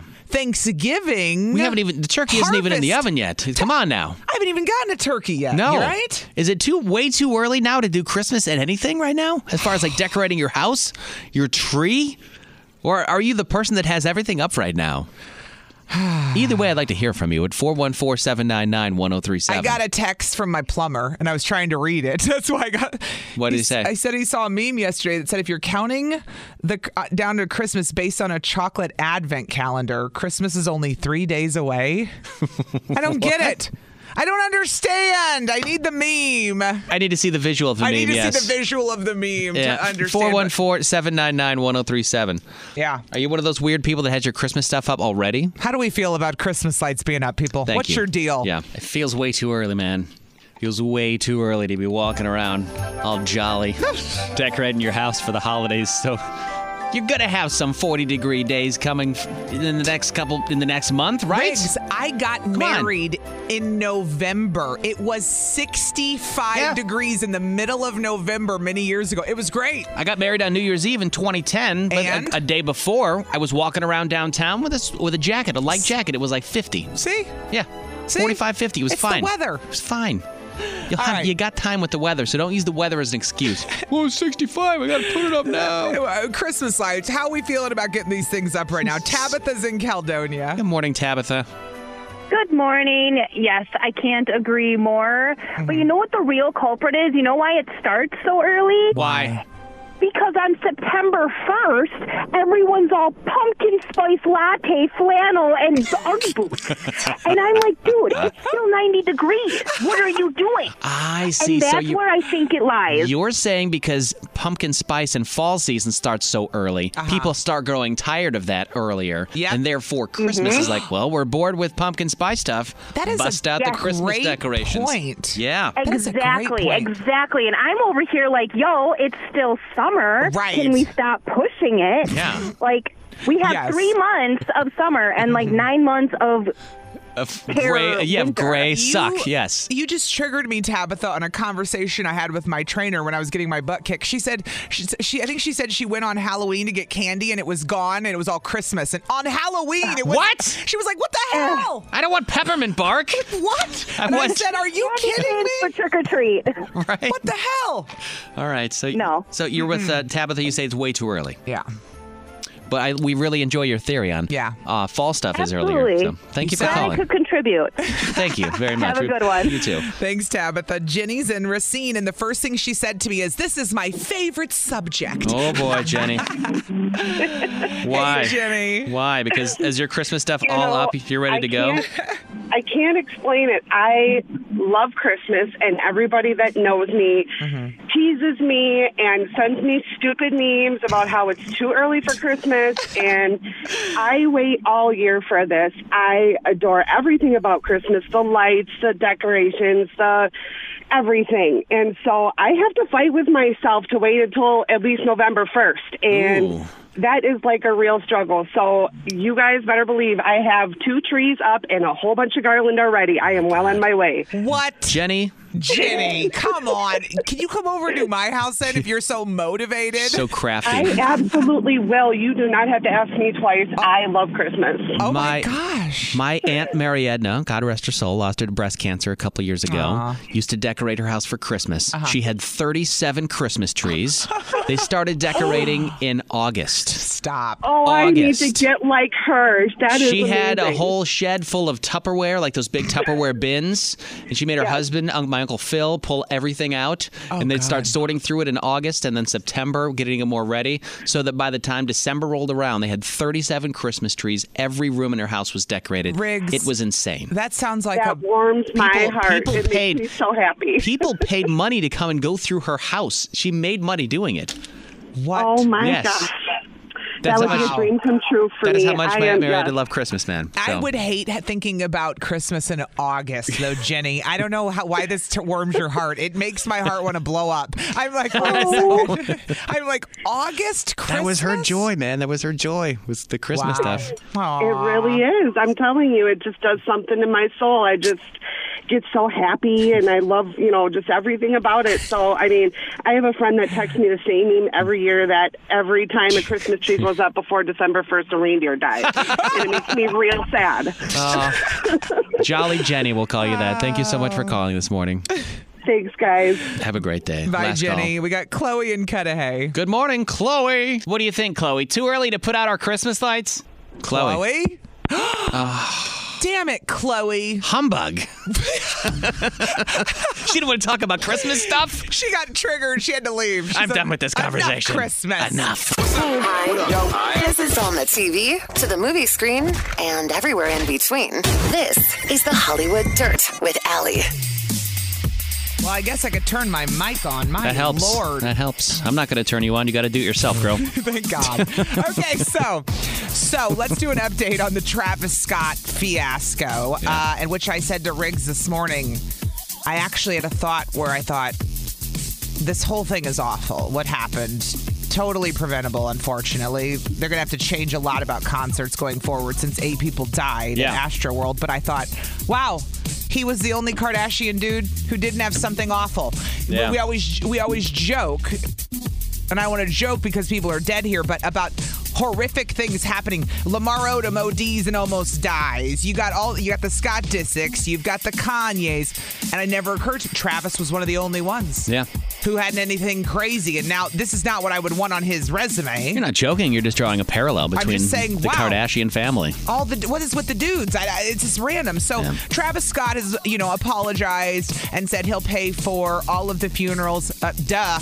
Thanksgiving.
we haven't even the turkey isn't even in the
Harvest.
oven yet. Come on now.
I haven't even gotten a turkey yet.
No.
You're right?
Is it too way too early now to do Christmas and anything right now? As far as like decorating your house, your tree? Or are you the person that has everything up right now? Either way, I'd like to hear from you at 414 799 1037.
I got a text from my plumber and I was trying to read it. That's why I got.
What did he
s-
say?
I said he saw a meme yesterday that said if you're counting the uh, down to Christmas based on a chocolate advent calendar, Christmas is only three days away. I don't get it. I don't understand. I need the meme.
I need to see the visual of the
I
meme,
need to
yes.
see the visual of the meme to
Yeah.
understand.
414 799 1037.
Yeah.
Are you one of those weird people that has your Christmas stuff up already?
How do we feel about Christmas lights being up, people?
Thank
What's
you.
your deal?
Yeah. It feels way too early, man. Feels way too early to be walking around all jolly, decorating your house for the holidays. So you're gonna have some 40 degree days coming f- in the next couple in the next month, right?
Riggs, I got
on.
married in November. It was 65
Yeah.
degrees in the middle of November many years ago. It was great.
I got married on New Year's Eve in 2010, but
And?
a, a day before, I was walking around downtown with a s- with a jacket, a light jacket. It was like 50.
See?
Yeah.
See?
45 50 it was
It's the
fine.
weather.
It was fine. You'll
All
have,
right.
You got time with the weather, so don't use the weather as an excuse. well, it's 65. I got to put it up now.
Uh, Christmas lights. How we feeling about getting these things up right now? Tabitha's in Caledonia.
Good morning, Tabitha.
Good morning. Yes, I can't agree more. But you know what the real culprit is? You know why it starts so early?
Why?
because on September 1st, everyone's all pumpkin spice latte, flannel, and Ugg boots. And I'm like, dude, it's still 90 degrees. What are you doing?
I see.
And that's
so you,
where I think it lies.
You're saying because pumpkin spice and fall season starts so early,
Uh-huh.
people start growing tired of that earlier,
Yeah.
and therefore Christmas is like, well, we're bored with pumpkin spice stuff.
Mm-hmm. That is a
bust out the Christmas
great
decorations.
point.
Yeah.
That's a great
Exactly,
point.
exactly. And I'm over here like, yo, it's still summer.
Right.
Can we stop pushing it?
Yeah.
Like, we have
Yes.
three months of summer and
Mm-hmm.
like nine months of
Of
Hair
gray, yeah,
winter.
gray
You-
suck. Yes.
You just triggered me, Tabitha, on a conversation I had with my trainer when I was getting my butt kicked. She said she, she I think she said she went on Halloween to get candy and it was gone and it was all Christmas. And on Halloween, it was
What?
She was like, "What the hell?
I don't want peppermint bark.
What?"
I
And I
want-
said, "Are you kidding
kids for
me?
trick or treat.
right.
What the hell?"
All right. So
No.
So you're with uh, Tabitha. You say it's way too early,
Yeah.
but I, we really enjoy your theory on
Yeah.
uh, fall stuff is earlier.
Absolutely.
So thank you for
Glad I
calling.
could contribute.
Thank you very much.
a
We-
good one.
You too.
Thanks, Tabitha. Jenny's in Racine, and the first thing she said to me is, "This is my favorite subject."
Oh boy, Jenny. Why?
Jenny.
Why? Because is your Christmas stuff
You
all
know,
up? You're ready
I
to go?
can't- I can't explain it. I love Christmas, and everybody that knows me teases me and sends me stupid memes about how it's too early for Christmas. and I wait all year for this. I adore everything about Christmas the lights, the decorations, the everything. And so I have to fight with myself to wait until at least November 1st. And
Ooh.
that is like a real struggle. So you guys better believe I have two trees up and a whole bunch of garland already. I am well on my way.
What,
Jenny,
Jenny? Come on. Can you come over to my house then if you're so motivated?
so crafty.
I absolutely will. You do not have to ask me twice. I love Christmas.
oh my
my-
gosh.
My aunt Mary Edna, God rest her soul, lost her to breast cancer a couple years ago. Used to decorate her house for Christmas.
Uh-huh.
She had 37 Christmas trees. they started decorating in August.
Stop.
Oh, I need to
August.
get like her. That is
she had a
amazing.
whole shed full of Tupperware, like those big Tupperware bins, and she made her husband, un- my uncle Phil, pull everything out,
Oh,
and they'd start sorting through it in August and then September, getting it more ready, so that by the time December rolled around, they had 37 Christmas trees. Every room in her house was decorated.
Riggs.
It was insane.
That sounds like
That
a
warms my
People-
heart.
people
it
paid-
makes me so happy.
People paid money to come and go through her house. She made money doing it.
what?
oh my
Yes.
gosh.
That's
that
how
would be
much-
a dream come true for
That
me.
is how much
I
my
am,
Aunt Mary
yes.
had to love Christmas, man.
I
So-
would hate ha- thinking about Christmas in August, though, Jenny. I don't know how, why this t- warms your heart. It makes my heart want to blow up. I'm like, wait a
Oh.
second. I'm like, August Christmas.
That was her joy, man. That was her joy. Was the Christmas
Wow.
stuff.
It
Aw.
really is. I'm telling you, it just does something to my soul. I just get so happy and I love, you know, just everything about it. So, I mean, I have a friend that texts me the same meme every year that every time a Christmas tree goes up before December 1st, a reindeer dies. and it makes me real sad.
Jolly Jenny, we'll call you that. Thank you so much for calling this morning.
Thanks, guys.
Have a great day.
Bye,
Last
Jenny.
call.
We got Chloe and Cudahy.
Good morning, Chloe. What do you think, Chloe? Too early to put out our Christmas lights? Chloe. Ah.
Chloe? Damn it, Chloe.
Humbug. she didn't want to talk about Christmas stuff.
She got triggered. She had to leave. She's
I'm
like,
done with this
"Enough
conversation.
Christmas.
Enough.
This is on the TV, to the movie screen, and everywhere in between. This is the Hollywood Dirt with Allie.
Well, I guess I could turn my mic on. My
That helps.
lord.
That helps. I'm not going to turn you on. You got to do it yourself, girl.
Thank God. Okay, so so let's do an update on the Travis Scott fiasco, uh, in which I said to Riggs this morning, I actually had a thought where I thought, this whole thing is awful. What happened? Totally preventable, unfortunately. They're going to have to change a lot about concerts going forward since eight people died
Yeah.
at Astroworld. But I thought, wow, he was the only Kardashian dude who didn't have something awful.
Yeah.
We always we always joke, and I want to joke because people are dead here, but about horrific things happening. Lamar Odom ODs and almost dies. You got all you got the Scott Disick's, you've got the Kanye's, and I never occurred to Travis was one of the only ones
Yeah.
who hadn't anything crazy. And now this is not what I would want on his resume.
You're not joking. You're just drawing a parallel between
just saying,
the
wow.
Kardashian family.
All the what is with the dudes? I, I- it's just random. So Travis Scott has you know apologized and said he'll pay for all of the funerals. Uh, duh.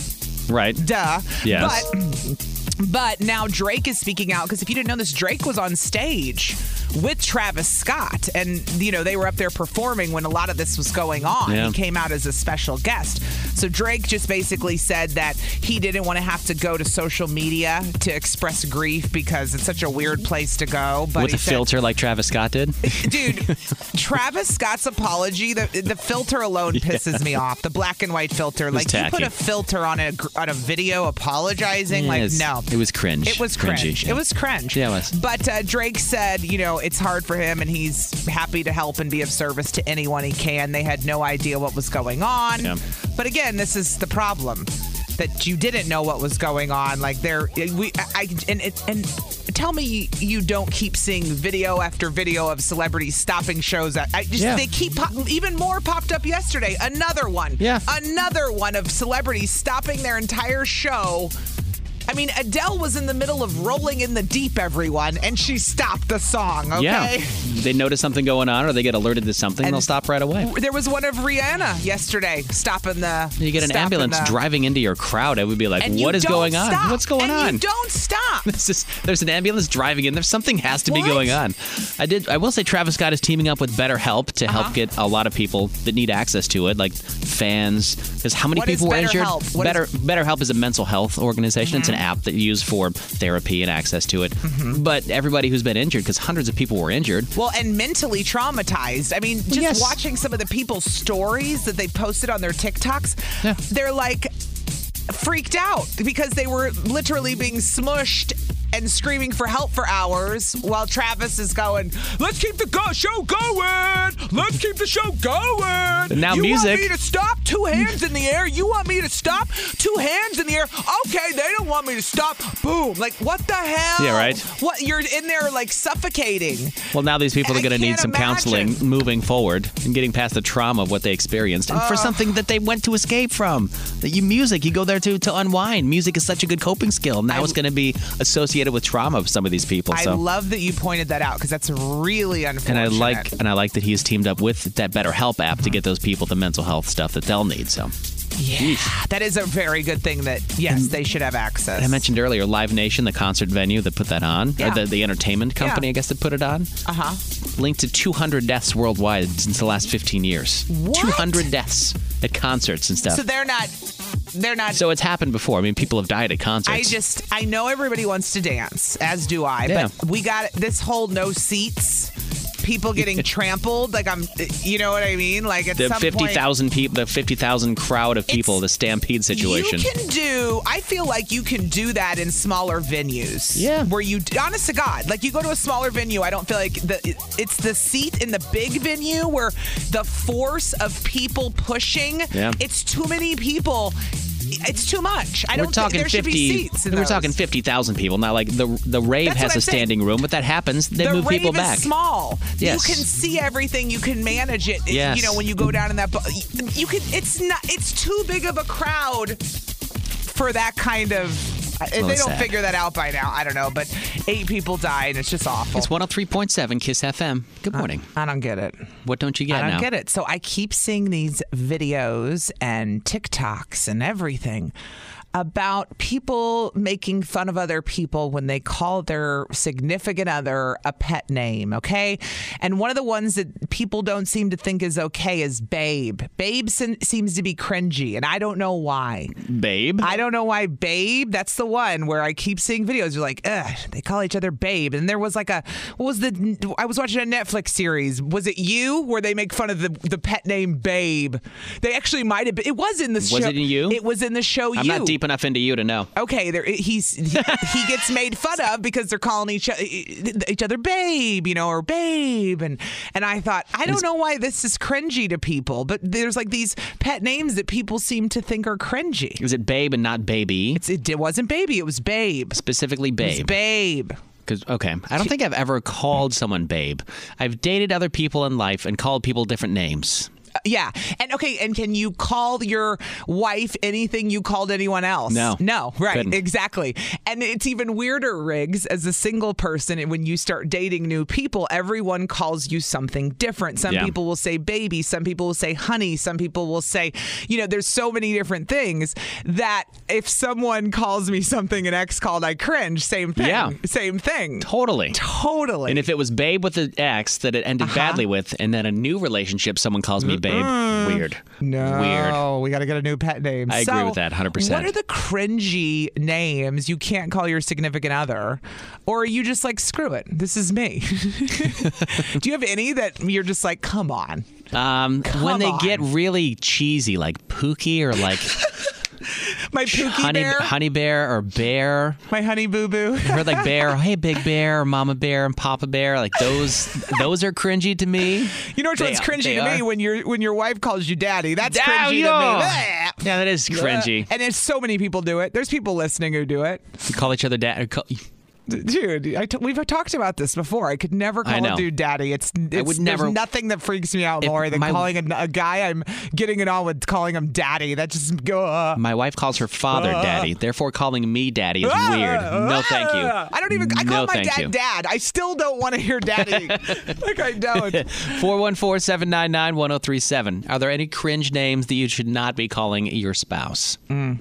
Right.
Duh.
Yes.
But but now Drake is speaking out because if you didn't know this, Drake was on stage with Travis Scott, and you know they were up there performing when a lot of this was going on.
Yeah.
He came out as a special guest. So Drake just basically said that he didn't want to have to go to social media to express grief because it's such a weird place to go. But
With
he
a
said,
filter like Travis Scott did.
dude travis scott's apology the, the filter alone pisses me off the black and white filter
It was
like you put
tacky.
a filter on a gr- on a video apologizing like
Yes.
no
It was cringe.
it was
Cringy,
cringe
yeah.
it was cringe
Yeah, it was.
but uh, drake said you know it's hard for him and he's happy to help and be of service to anyone he can they had no idea what was going on
Yeah.
but again this is the problem that you didn't know what was going on like there we I and it and tell me you don't keep seeing video after video of celebrities stopping shows I I just
Yeah.
they keep pop, even more popped up yesterday another one yeah another one of celebrities stopping their entire show I mean, Adele was in the middle of rolling in the deep, everyone, and she stopped the song, okay?
Yeah. They notice something going on or they get alerted to something, they'll stop right away.
There was one of Rihanna yesterday stopping the.
You get an
stopping
ambulance
the-
driving into your crowd. I would be like,
And you
what is
don't
going on?
stop.
What's going
And you
on?
don't stop.
This is, there's an ambulance driving in there. Something has to be
What?
going on. I did. I will say Travis Scott is teaming up with BetterHelp to
Uh-huh.
help get a lot of people that need access to it, like fans. Because how many
What is
people were injured?
BetterHelp? What
Better BetterHelp is a mental health organization. It's an
Mhm.
app that you use for therapy and access to it. But everybody who's been injured, because hundreds of people were injured,
Mm-hmm. Well, and mentally traumatized. I mean, just watching some of the people's stories that they posted on their TikToks, they're like freaked out because they were literally being smushed and screaming for help for hours while Travis is going, "Let's keep the go- show going. Let's keep the show going."
Now
you
music.
want me to stop? Two hands in the air. You want me to stop? Two hands in the air. Okay, they don't want me to stop. Boom. Like what the hell?
Yeah, right.
What you're in there like suffocating.
Well, now these people are going to need
can't
some counseling moving forward and getting past the trauma of what they experienced and for
Ugh.
something that they went to escape from. That You music, you go there to to unwind. Music is such a good coping skill. Now it's going to be associated with trauma of some of these people.
I
so.
love that you pointed that out because that's really
and
unfortunate.
I like and I like that he's teamed up with that BetterHelp app to get those people the mental health stuff that they'll need. So
Yeah, that is a very good thing. That yes, they should have access.
I mentioned earlier, Live Nation, the concert venue that put that on,
Yeah.
or the, the entertainment
Yeah.
company, I guess, that put it on,
Uh huh.
linked to 200 deaths worldwide since the last 15 years.
What?
200 deaths at concerts and stuff.
So they're not. They're not.
So it's happened before. I mean, people have died at concerts.
I just. I know everybody wants to dance, as do I.
Yeah.
But we got this whole no seats. People getting trampled. Like I'm. You know what I mean? Like at
the
some
fifty
point.
thousand people, the fifty thousand crowd of people, the stampede situation.
You can do. I feel like you can do that in smaller venues.
Yeah.
Where you, honest to God, like you go to a smaller venue. I don't feel like the it's the seat in the big venue where the force of people pushing.
Yeah.
It's too many people. It's too much. I
we're
don't
talking
think there should
fifty.
be seats. In
we're
those.
talking fifty thousand people. Not like the the rave
That's
has
what
a
I'm saying.
standing room, but that happens. They
the
move
rave
people
is
back.
small.
Yes.
You can see everything. You can manage it. It-
Yes.
You know when you go down in that, bu- you can. It's not. It's too big of a crowd for that kind of. If
little
they don't
sad.
figure that out by now, I don't know. But eight people died. It's just awful.
It's one hundred three point seven Kiss FM. Good morning.
I, don't get it.
What don't you get
I don't
now?
get it. So I keep seeing these videos and TikToks and everything about people making fun of other people when they call their significant other a pet name, okay? And one of the ones that people don't seem to think is okay is babe. Babe sen- seems to be cringy, and I don't know why.
Babe?
I don't know why babe. That's the one where I keep seeing videos. You're like, ugh, they call each other babe. And there was like a, what was the, I was watching a Netflix series. Was it you where they make fun of the, the pet name babe? They actually might have been, it was in the
Was
show.
it in you?
It was in the show
I'm
Oh, you.
not deep enough into you to know.
Okay, there he's he, he gets made fun of because they're calling each uh, each other babe, you know, or babe, and and I thought I don't know why this is cringy to people, but there's like these pet names that people seem to think are cringy.
Is it babe and not baby?
It's, it wasn't baby. It was babe.
Specifically,
It was
babe.
babe.
Because okay, I don't think I've ever called someone babe. I've dated other people in life and called people different names.
Yeah. And okay, and can you call your wife anything you called anyone else?
No.
No, right.
Couldn't.
Exactly. And it's even weirder, Riggs, as a single person. And when you start dating new people, everyone calls you something different. Some
Yeah.
people will say baby, some people will say honey, some people will say, you know, there's so many different things that if someone calls me something an ex called, I cringe. Same thing.
Yeah.
Same thing.
Totally.
Totally.
And if it was babe with an ex that it
Uh-huh.
ended badly with, and then a new relationship, someone calls me babe. Weird.
No,
Weird.
we got to get a new pet name.
I agree with that 100%.
What are the cringy names you can't call your significant other, or are you just like screw it? This is me. Do you have any that you're just like, come on?
Um, when they
on.
get really cheesy, like Pookie or like
My Pookie
honey,
Bear,
honey Bear or Bear,
my Honey Boo Boo.
I heard like Bear, hey Big Bear, Mama Bear, and Papa Bear, like those, those are cringy to me.
You know which
They
one's
are-
cringy
they
to me
are.
when your when your wife calls you daddy. That's
Oh,
cringy to me.
yeah.
Bleh.
yeah, that is cringy.
And there's so many people do it. There's people listening who do it.
You call each other dad. or Call,
Dude, I t- we've talked about this before. I could never
I
call a
know.
dude daddy. It's, it's
would
there's
never-
nothing that freaks me out more than
my-
calling a, a guy. I'm getting it on with calling him daddy. That just go. Uh,
my wife calls her father daddy, therefore calling me daddy is weird. No, thank you.
Ah! I don't even. I
No,
call my
thank
dad
you.
dad. I still don't want to hear daddy. like I don't.
414 799 1037. Are there any cringe names that you should not be calling your spouse?
Mm.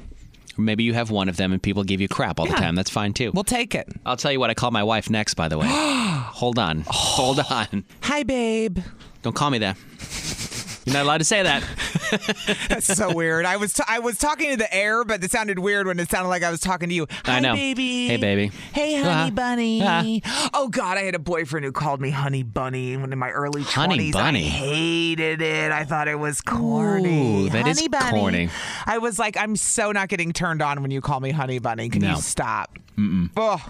Or maybe you have one of them and people give you crap all the time. That's fine too.
We'll take it.
I'll tell you what I call my wife next, by the way. Hold on. Hold on.
Hi, babe.
Don't call me that. You're not allowed to say that.
That's so weird. I was t- I was talking to the air, but it sounded weird when it sounded like I was talking to you. Hi,
know.
baby.
Hey, baby.
Hey, honey
Ah.
bunny. Oh God, I had a boyfriend who called me honey bunny when in my early
Honey
twenties.
bunny.
I hated it. I thought it was corny.
Ooh, that is
honey bunny.
corny.
I was like, I'm so not getting turned on when you call me honey bunny. Can
No.
you stop? Mm-mm. Ugh.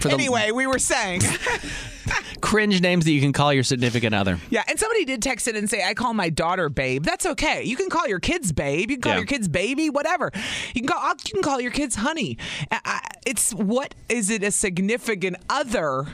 For the
Anyway, we were saying.
cringe names that you can call your significant other.
Yeah, and somebody did text it and say, I call my daughter babe. That's okay. You can call your kids babe. You can call
Yeah.
your kids baby, whatever. You can call I'll- you can call your kids honey. I- I- It's what is it a significant other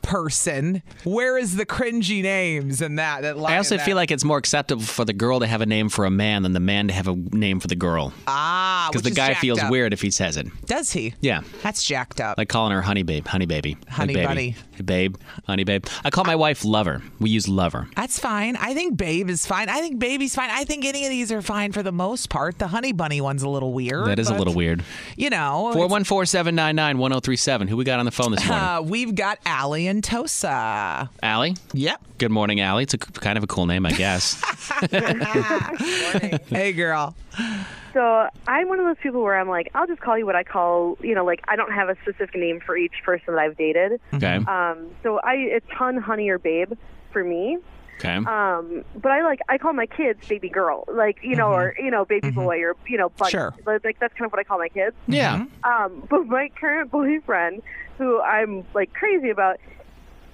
person? Where is the cringy names and that? that
I also feel like it's more acceptable for the girl to have a name for a man than the man to have a name for the girl.
ah,
Because the
which is
guy
jacked
feels
up.
weird if he says it.
Does he?
Yeah.
That's jacked up.
Like calling her honey babe, honey baby, like
Honey
baby,
bunny.
hey babe, honey babe. I call my wife lover. We use lover.
That's fine. I think babe is fine. I think baby's fine. I think any of these are fine for the most part. The honey bunny one's a little weird.
That is a
but, Oh,
little weird.
You know,
Four one four seven nine nine one zero three seven. Who we got on the phone this morning?
Uh, we've got Allie and Tosa.
Allie.
Yep.
Good morning, Allie. It's a, c- kind of a cool name, I guess.
Hey, girl.
So I'm one of those people where I'm like, I'll just call you what I call, you know, like I don't have a specific name for each person that I've dated.
okay.
Uh,
Um, so I it's hun, honey, or babe for me.
Okay.
uh,
Um, but I like I call my kids baby girl, like you know, or
Mm-hmm.
you know, baby boy, or you know, buddy.
Sure.
Like like, that's kind of what I call my kids.
yeah.
Mm-hmm.
Um, but my current boyfriend, who I'm like crazy about,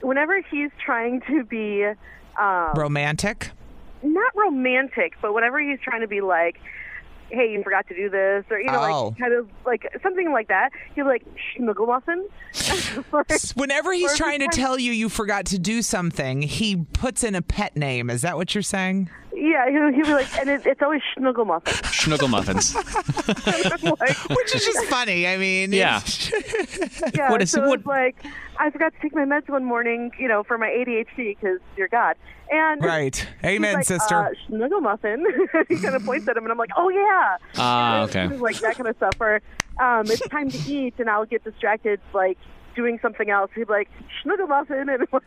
whenever he's trying to be um,
Romantic.
not romantic, but whenever he's trying to be like, "Hey, you forgot to do this," or you know,
Oh.
like kind of like something like that, he's like, "Shh, McMuffin." Or-
Whenever he's
Or
trying to
sometimes-
tell you you forgot to do something, he puts in a pet name. Is that what you're saying?
yeah, he'll, he'll be like, and it, it's always Schnuggle Muffin.
Schnuggle muffins.
Which is just funny. I mean,
Yeah.
it's-
Yeah,
What is-
so
what-
it's like I forgot to take my meds one morning, you know, for my ADHD because you're God. And
Right.
he's
Amen,
like,
sister.
Uh, Schnuggle Muffin. he kind of points at him, and I'm like, oh yeah.
Ah,
And
okay.
he's Like that kind of stuff. Or um, it's time to eat, and I'll get distracted, like doing something else. He'd be like Schnuggle Muffin, and I'm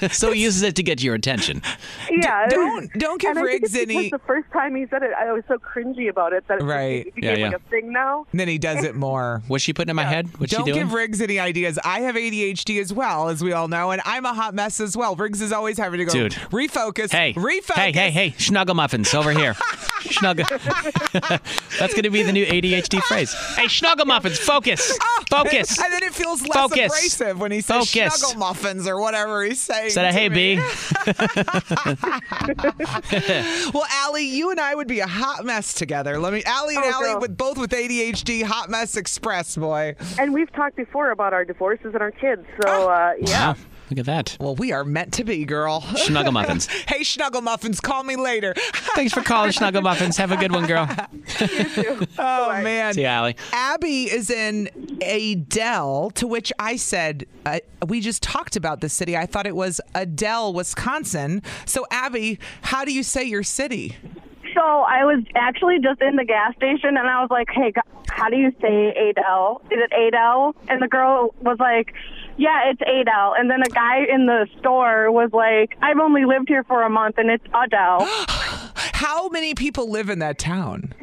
like,
so he uses it to get your attention.
yeah.
don't- don't give
and I think
Riggs
it's because
any-
The first time he said it, I was so cringy about it that it just
Right.
became
Yeah,
like
yeah.
a thing now.
And then he does it more.
What's she putting in my head? What's
Don't
she doing?
give Riggs any ideas. I have ADHD as well, as we all know, and I'm a hot mess as well. Riggs is always having to go
Dude.
refocus.
Hey,
refocus.
hey, hey, hey, schnuggle muffins over here. Schnuggle. That's going to be the new ADHD phrase. Hey, schnuggle muffins, focus, focus.
Oh. "Ah!" And then it feels less
Focus.
abrasive when he says
Focus.
snuggle muffins or whatever he's saying.
Said a
to
hey,
me.
B.
Well, Allie, you and I would be a hot mess together. Let me, Allie and
Oh,
Allie,
girl.
with both with ADHD, hot mess express, boy. Ah.
And we've talked before about our divorces and our kids. So uh, yeah.
Wow. Look at that.
Well, we are meant to be, girl.
Snuggle muffins.
hey, Snuggle Muffins, call me later.
Thanks for calling, Snuggle Muffins. Have a good one, girl.
Oh, man.
See you, Allie.
Abby is in Adele, to which I said, uh, we just talked about this city. I thought it was Adele, Wisconsin. So, Abby, how do you say your city?
So I was actually just in the gas station, and I was like, "Hey, g- how do you say Adele? Is it Adele?" And the girl was like, "Yeah, it's Adele." And then a guy in the store was like, "I've only lived here for a month, and it's Adele."
How many people live in that town?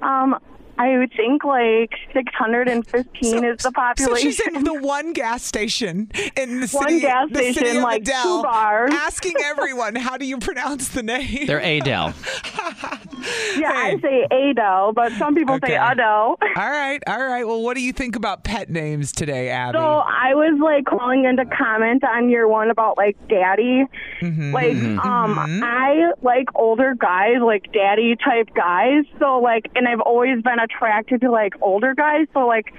um, I would think like 615 is the
So
population.
she's in the one gas station in the
One
city,
gas
the city
station,
of
like two
Adele,
bars.
asking everyone, how do you pronounce the name?
They're Adele.
yeah, I say Adele, but some people
Okay.
say Adele.
All right, all right. Well, what do you think about pet names today, Abby?
So I was like calling in to comment on your one about like daddy.
Mm-hmm.
Like um I like older guys, like daddy type guys. So like and I've always been attracted to like older guys, so like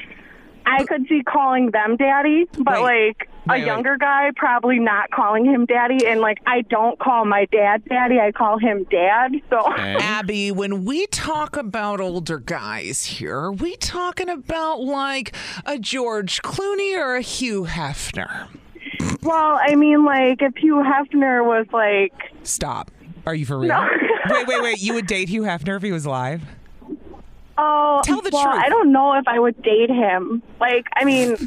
I could see calling them daddy, but
Wait.
like
Wait, wait.
a younger guy probably not calling him daddy and like I don't call my dad daddy, I call him dad. So
Abby, when we talk about older guys here, are we talking about like a George Clooney or a Hugh Hefner?
well, I mean like if Hugh Hefner was like
Stop. Are you for real? wait, wait, wait. You would date Hugh Hefner if he was alive?
Oh,
Tell the
well,
truth.
I don't know if I would date him. Like, I mean,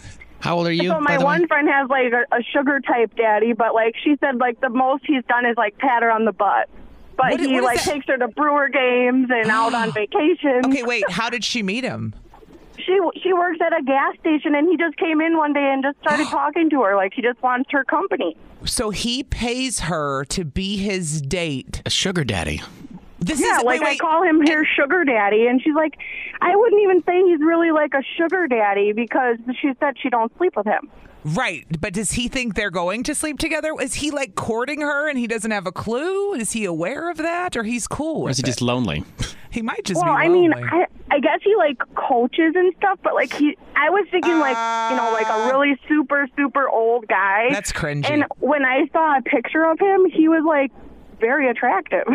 How old are you?
so
by
my
the way?
one friend has like a, a sugar type daddy, but like she said, like the most he's done is like pat her on the butt. But
What i-
he
what is
like
that?
takes her to Brewer games and out on vacation.
Okay, wait. How did she meet him?
She she works at a gas station, and he just came in one day and just started talking to her. Like he just wants her company.
So he pays her to be his date.
A sugar daddy.
This
Yeah,
is
like
wait,
I
wait.
call him here sugar daddy, and she's like, I wouldn't even say he's really like a sugar daddy because she said she don't sleep with him.
right. But does he think they're going to sleep together? Is he like courting her and he doesn't have a clue? Is he aware of that, or he's cool
Or is
with
he
it?
just lonely?
he might just
Well,
be.
I mean,
lonely.
I, I guess he like coaches and stuff, but like he, I was thinking like you know like a really super super old guy.
Ah. That's cringy.
And when I saw a picture of him, he was like very attractive.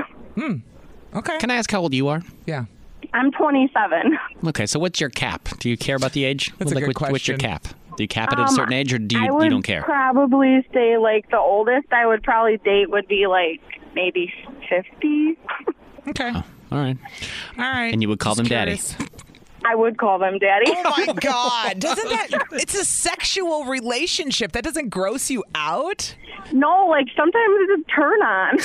okay.
Can I ask how old you are?
yeah.
I'm 27.
Okay, so what's your cap? Do you care about the age?
That's a
like,
good
what- What's your
question.
cap? Do you cap it at a
Um,
certain age, or do you,
I
you
would
don't care?
Probably say like the oldest I would probably date would be like maybe 50.
Okay.
All right.
All right.
And you would call
Just
them daddy.
curious.
I would call them daddy.
Oh my God. Doesn't that, it's a sexual relationship. That doesn't gross you out?
no, like sometimes it's a turn on.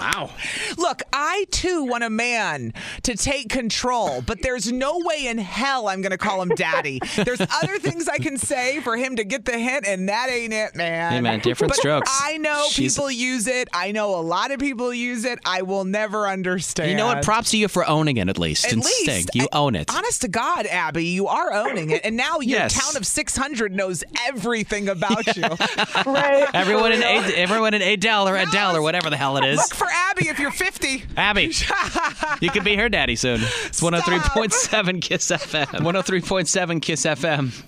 Wow.
Look, I too want a man to take control, but there's no way in hell I'm going to call him daddy. There's other things I can say for him to get the hint, and that ain't it, man.
Hey, man, different
But
strokes.
I know
She's-
people use it. I know a lot of people use it. I will never understand.
You know what? Props to you for owning it at least.
At
and
least,
staying. You
I-
own it.
Honest to God, Abby, you are owning it, and now your
Yes.
town of 600 knows everything about you.
right?
Everyone in Ad- everyone in Adele or Adele or whatever the hell it
Look
is.
for Abby if you're 50.
Abby, you could be her daddy soon. It's 103.7 Kiss FM. 103.7 Kiss FM.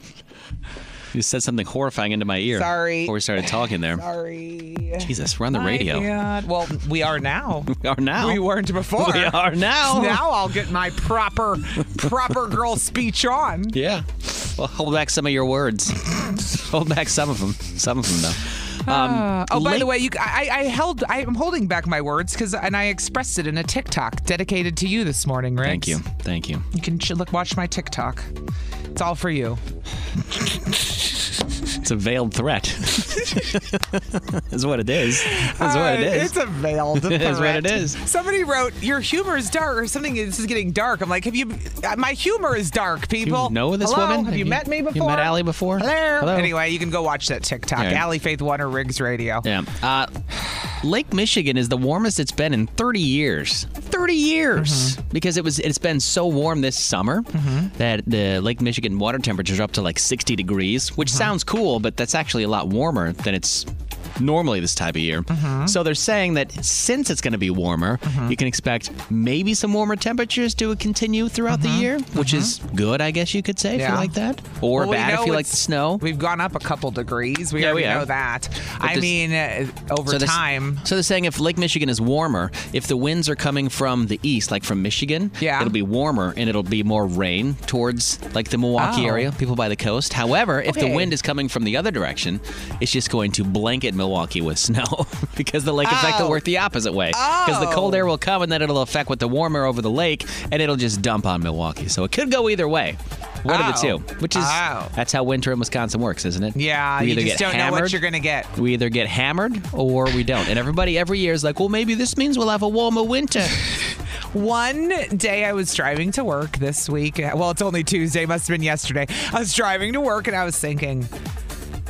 You said something horrifying into my ear.
Sorry.
Before we started talking there.
Sorry.
Jesus, we're on the radio.
God. Well, we are now.
We are now.
We weren't before.
We are now.
Now I'll get my proper, proper girl speech on.
Yeah. Well, hold back some of your words. hold back some of them. Some of them, though. Um,
Oh, by
link-
the way, you, I, I held, I'm holding back my words because, and I expressed it in a TikTok dedicated to you this morning, Rick.
Thank you. Thank you.
You can ch- look, watch my TikTok. It's all for you.
It's a veiled threat. is what it is. Is what it
Uh,
is.
It's a veiled threat.
It's what it is.
Somebody wrote, "Your humor is dark," or something. This is getting dark. I'm like, "Have you? uh, My humor is dark,
you
people."
know this
Hello?
woman?
Have you, met me before?
You met Allie before?
Hello.
Hello.
Anyway, you can go watch that TikTok.
Yeah.
Allie Faith One or Riggs Radio.
Yeah. Uh, Lake Michigan is the warmest it's been in 30 years. 30 years
Mm-hmm.
because it was it's been so warm this summer that the Lake Michigan
Mm-hmm.
water temperatures are up to like 60 degrees, which sounds cool, but that's actually a lot warmer than it's normally this time of year.
Mm-hmm.
So they're saying that since it's going to be warmer, you can expect maybe some warmer temperatures to continue throughout the
Mm-hmm.
year, which is good, I guess you could say, if you
Yeah.
like that, or
Well, we
bad
know
if you like
it's-
the snow.
We've gone up a couple degrees. We
Yeah, we
already
have.
know that. I
this-
mean, uh, over
they're s-
time.
so they're saying if Lake Michigan is warmer, if the winds are coming from the east, like from Michigan,
Yeah.
it'll be warmer and it'll be more rain towards like the Milwaukee
Oh.
area, people by the coast. However, if the
Okay.
wind is coming from the other direction, it's just going to blanket Milwaukee with snow because the lake effect will
Oh.
work the opposite way. Because the cold
Oh.
air will come and then it'll affect with the warmer over the lake and it'll just dump on Milwaukee. So it could go either way. One of the
Oh.
two, which is
Oh.
that's how winter in Wisconsin works, isn't it?
Yeah,
We
you
either
just
get
don't know
hammered-
what you're going to get.
we either get hammered or we don't. And everybody every year is like, well, maybe this means we'll have a warmer winter.
One day I was driving to work this week. Well, it's only Tuesday, must have been yesterday. I was driving to work and I was thinking,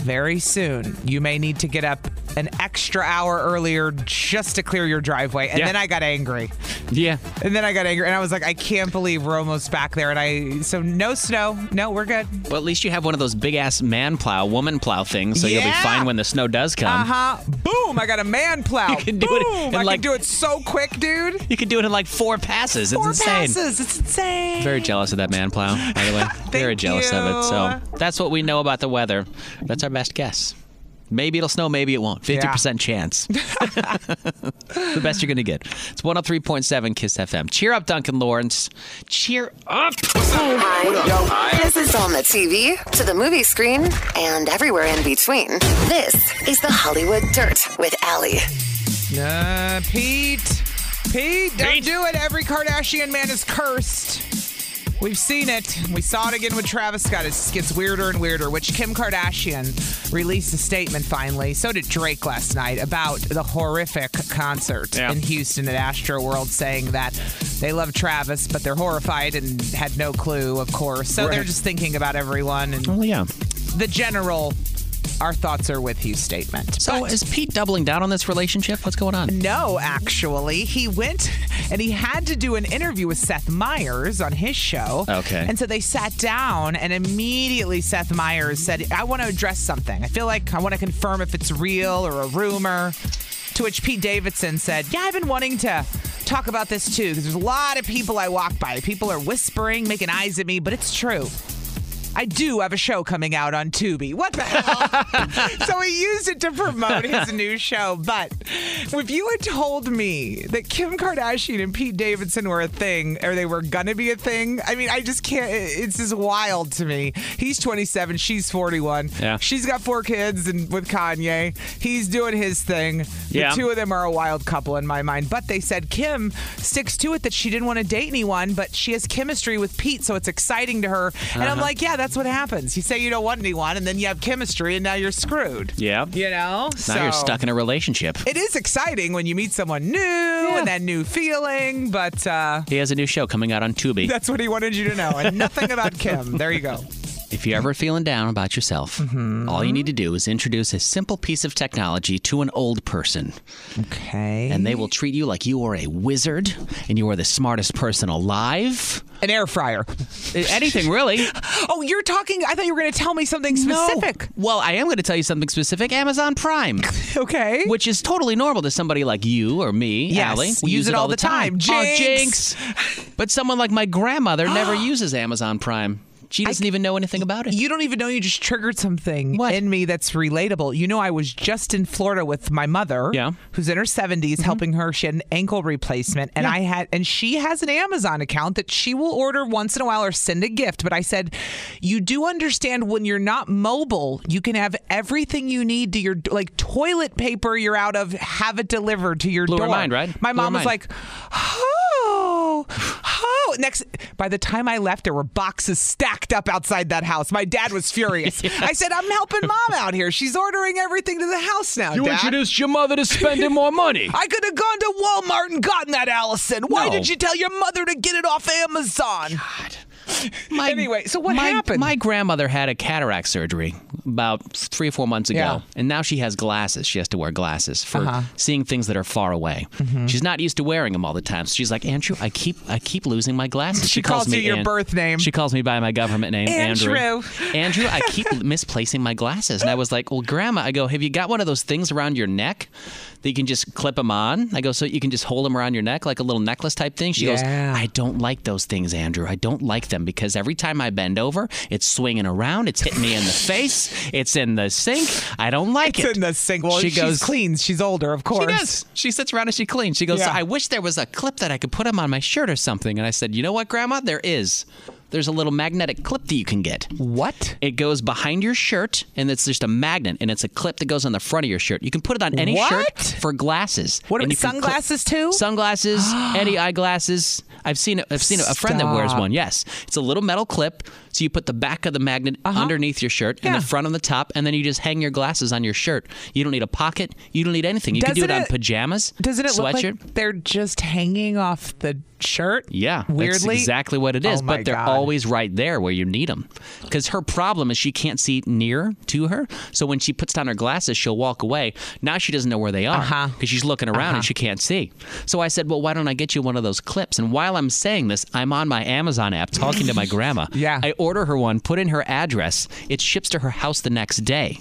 very soon you may need to get up an extra hour earlier just to clear your driveway. And
Yeah.
then I got angry.
yeah.
And then I got angry and I was like, I can't believe we're almost back there. And I, so no snow. No, we're good.
Well, at least you have one of those big ass man plow, woman plow things, so you'll be
Yeah.
fine when the snow does
Uh
come.
huh. Boom. I got a man plow.
You can do
Boom.
it in
I
like-
can do it so quick, dude.
You can do it in like four passes.
Four
it's insane.
passes. It's insane.
Very jealous of that man plow, by the way. Very jealous of it. So that's what we know about the weather. That's our best guess. Maybe it'll snow, maybe it won't. 50% chance. the best you're going to get. It's 103.7 Kiss FM. Cheer up, Duncan Lawrence. Cheer up.
Hi. This is on the TV, to the movie screen, and everywhere in between. This is the Hollywood Dirt with Allie.
Uh, Pete. Pete, don't do it. Every Kardashian man is cursed. We've seen it. We saw it again with Travis Scott. It just gets weirder and weirder, which Kim Kardashian released a statement finally. So did Drake last night about the horrific concert
Yeah.
in Houston at Astro World, saying that they love Travis, but they're horrified and had no clue, of course. So they're
Right.
just thinking about everyone. And
Well, yeah.
the general, our thoughts are with you statement.
So
But-
is Pete doubling down on this relationship? What's going on?
no, actually. He went and he had to do an interview with Seth Meyers on his show.
Okay.
And so they sat down, and immediately Seth Meyers said, I want to address something. I feel like I want to confirm if it's real or a rumor. To which Pete Davidson said, Yeah, I've been wanting to talk about this too, because there's a lot of people I walk by. People are whispering, making eyes at me, but it's true. I do have a show coming out on Tubi. What the hell? so he used it to promote his new show. But if you had told me that Kim Kardashian and Pete Davidson were a thing, or they were gonna be a thing, I mean, I just can't. It's just wild to me. He's 27, she's 41.
Yeah.
She's got four kids, and with Kanye, he's doing his thing.
Yeah.
The two of them are a wild couple in my mind. But they said Kim sticks to it that she didn't want to date anyone, but she has chemistry with Pete, so it's exciting to her. And
Uh-huh.
I'm like, yeah, that's what happens. You say you don't want anyone, and then you have chemistry, and now you're screwed.
Yeah.
You know?
Now you're stuck in a relationship.
It is exciting when you meet someone new and that new feeling, but uh,
He has a new show coming out on Tubi.
that's what he wanted you to know. And nothing about Kim. There you go.
If you're ever feeling down about yourself,
Mm-hmm.
all you need to do is introduce a simple piece of technology to an old person,
Okay.
and they will treat you like you are a wizard and you are the smartest person alive.
An air fryer.
Anything really.
Oh, you're talking. I thought you were going to tell me something specific.
No. Well, I am going to tell you something specific Amazon Prime.
Okay.
Which is totally normal to somebody like you or me,
Yes.
Allie. We
Use it all the time.
Oh,
Jinx.
jinx. But someone like my grandmother never uses Amazon Prime. She doesn't even know anything about it.
You don't even know you just triggered something
What?
in me that's relatable. You know, I was just in Florida with my mother,
Yeah. Mm-hmm.
who's in her 70s, helping her. She had an ankle replacement, and I had, and she has an Amazon account that she will order once in a while or send a gift. But I said, you do understand when you're not mobile, you can have everything you need to your like toilet paper you're out of, have it delivered to your
Blew her
door.
mind, right?
My
Blew her
mom was
mind.
like, oh, oh. Next, by the time I left, there were boxes stacked up outside that house. My dad was furious. I said, I'm helping mom out here. She's ordering everything to the house now, Dad.
your mother to spending more money.
I could have gone to Walmart and gotten that, Allison. Why
No.
did you tell your mother to get it off Amazon?
My,
Anyway, so what
my-
happened?
My grandmother had a cataract surgery about three or four months ago,
Yeah.
and now she has glasses. She has to wear glasses for
Uh-huh. Mm-hmm.
seeing things that are far away. She's not used to wearing them all the time. So she's like, Andrew, I keep I keep losing my glasses.
She calls
me
you your
An-
birth name.
She calls me by my government name, Andrew.
Andrew.
Andrew, I keep misplacing my glasses, and I was like, well, Grandma, I go, have you got one of those things around your neck? That you can just clip them on. I go, so you can just hold them around your neck like a little necklace type thing. She goes,
Yeah.
I don't like those things, Andrew. I don't like them because every time I bend over, it's swinging around. It's hitting me in the face. It's in the sink. I don't like it.
It's in the sink. Well,
she
she's
goes
clean. She's older, of
She
course.
does. She sits around and she cleans. She goes,
Yeah.
I wish there was a clip that I could put them on my shirt or something. And I said, You know what, Grandma? There is. There's a little magnetic clip that you can get.
What?
It goes behind your shirt, and it's just a magnet, and it's a clip that goes on the front of your shirt. You can put it on any
What?
shirt for glasses.
What
And
about
you can clip-
sunglasses, too?
Sunglasses, any eyeglasses. I've seen. I've seen a friend that wears
Stop.
one. Yes, it's a little metal clip. So you put the back of the magnet underneath your shirt and
Uh-huh. Yeah.
the front on the top, and then you just hang your glasses on your shirt. You don't need a pocket. You don't need anything. You can do it,
Doesn't
on
it-
pajamas.
Doesn't it look
sweatshirt.
like they're just hanging off the shirt?
Yeah, that's
Weirdly.
exactly what it is.
Oh my
but they're
God.
always right there where you need them. Because her problem is she can't see near to her. So when she puts down her glasses, she'll walk away. Now she doesn't know where they are because
Uh-huh.
she's looking around and she can't see. So I said, "Well, why don't I get you one of those clips?" And while I'm saying this, I'm on my Amazon app talking to my grandma.
Yeah.
I order her one, put in her address. It ships to her house the next day.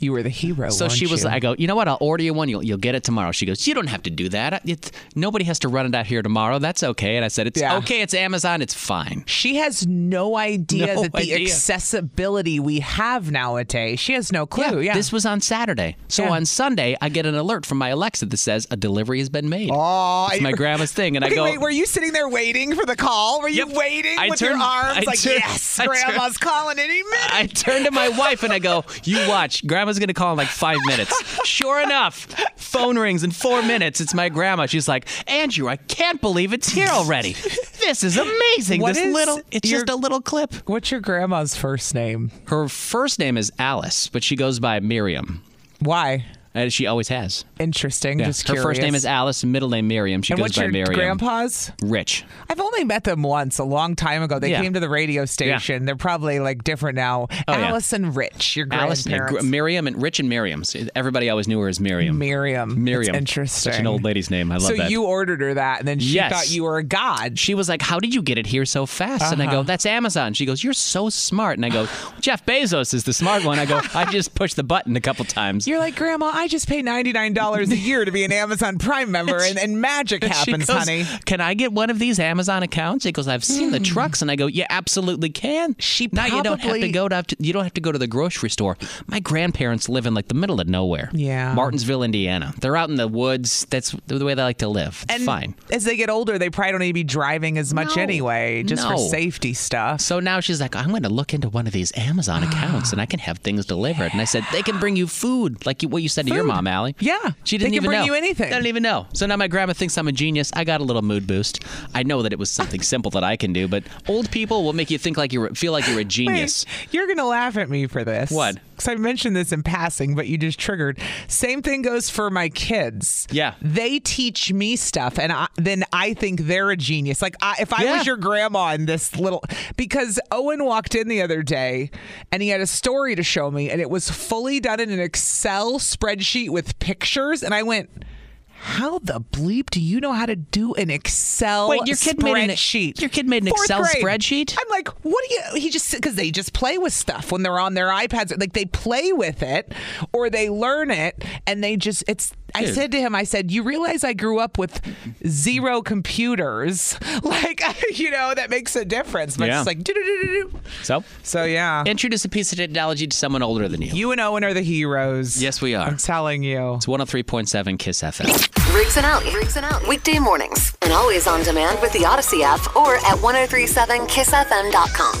You were the hero.
Ah. So she
weren't
was
you?
like, I go, you know what? I'll order you one. You'll, you'll get it tomorrow. She goes, you don't have to do that. It's, nobody has to run it out here tomorrow. That's okay. And I said, it's
Yeah.
okay. It's Amazon. It's fine.
She has no idea
No
that the
idea.
accessibility we have nowadays. She has no clue. Yeah.
This was on Saturday. So
Yeah.
on Sunday, I get an alert from my Alexa that says a delivery has been made.
Aw,
it's
I-
my grandma's thing. And I
Wait,
go,
wait, were you sitting there waiting for the call? Were you
Yep.
waiting
I
with your
turned-
arms
I
like,
turned-
yes,
I turned-
grandma's calling any minute?
I turn to my wife and I go, "You watch, Grandma's gonna call in like five minutes." Sure enough, phone rings in four minutes. It's my grandma. She's like, "Andrew, I can't believe it's here already. This is amazing.
What
this
is
little, it's
your-
just a little clip."
What's your grandma's first name?
Her first name is Alice, but she goes by Miriam,
Why?
as she always has.
Interesting. Just
Her
curious.
first name is Alice, middle name Miriam. She
And
goes
what's
by
your
Miriam.
grandpa's?
Rich.
I've only met them once a long time ago. They
Yeah. Oh,
came to the radio station. They're probably like different now.
yeah.
Alice and Rich, your
Alice,
grandparents.
yeah, gr- Miriam, and Rich and Miriam. So Everybody always knew her as Miriam.
Miriam. That's
Miriam.
interesting.
Such an old lady's name. I love
so
that.
you ordered her that, and then she
Yes.
thought you were a god. Uh-huh.
she was like, "How did you get it here so fast?" And I go, "That's Amazon." She goes, "You're so smart." And I go, "Jeff Bezos is the smart one." I go, "I just pushed the button a couple times."
You're like, Grandma, I just pay $99 a year to be an Amazon Prime member, and, and magic
And she
happens,
goes,
honey. Hmm.
Can I get one of these Amazon accounts? She goes, I've seen the trucks, and I go, You absolutely can.
She
now you don't have to
probably-
go to you don't have to go to the grocery store. My grandparents live in like the middle of nowhere.
Yeah.
Martinsville, Indiana. They're out in the woods. That's the way they like to live. It's
And
fine.
As they get older, they probably don't need to be driving as much
No.
anyway, just for
No.
safety stuff.
So now she's like, I'm going to look into one of these Amazon accounts and I can have things delivered. And I said, they can bring you food, like you, what you said to your
Food.
mom, Allie.
Yeah.
She
They can
didn't even
bring
know.
you anything.
I didn't even know. So now my grandma thinks I'm a genius. I got a little mood boost. I know that it was something simple that I can do, but old people will make you think like you're, feel like you're a
Wait,
genius.
you're going to laugh at me for this.
What?
Because I mentioned this in passing, but you just triggered. Same thing goes for my kids.
Yeah.
They teach me stuff, and I, then I think they're a genius. Like, I, if I
Yeah.
was your grandma in this little. Because Owen walked in the other day and he had a story to show me, and it was fully done in an Excel spreadsheet with pictures, and I went. How the bleep do you know how to do an Excel
Wait, your kid made an-
spreadsheet?
your kid made an
Fourth
Excel
grade.
spreadsheet?
I'm like, what do you? He just because they just play with stuff when they're on their iPads. Like they play with it, or they learn it, and they just it's. I
Dude.
said to him, I said, "You realize I grew up with zero computers, like you know that makes a difference." But
Yeah.
it's like, doo-doo-doo-doo-doo.
So
so yeah,
introduce a piece of technology to someone older than you.
you and Owen are the heroes.
yes, we are.
I'm telling you.
It's 103.7 Kiss FM.
Riggs and Out. Riggs and Out. Weekday mornings. And always on demand with the Odyssey app or at 1037kissfm.com.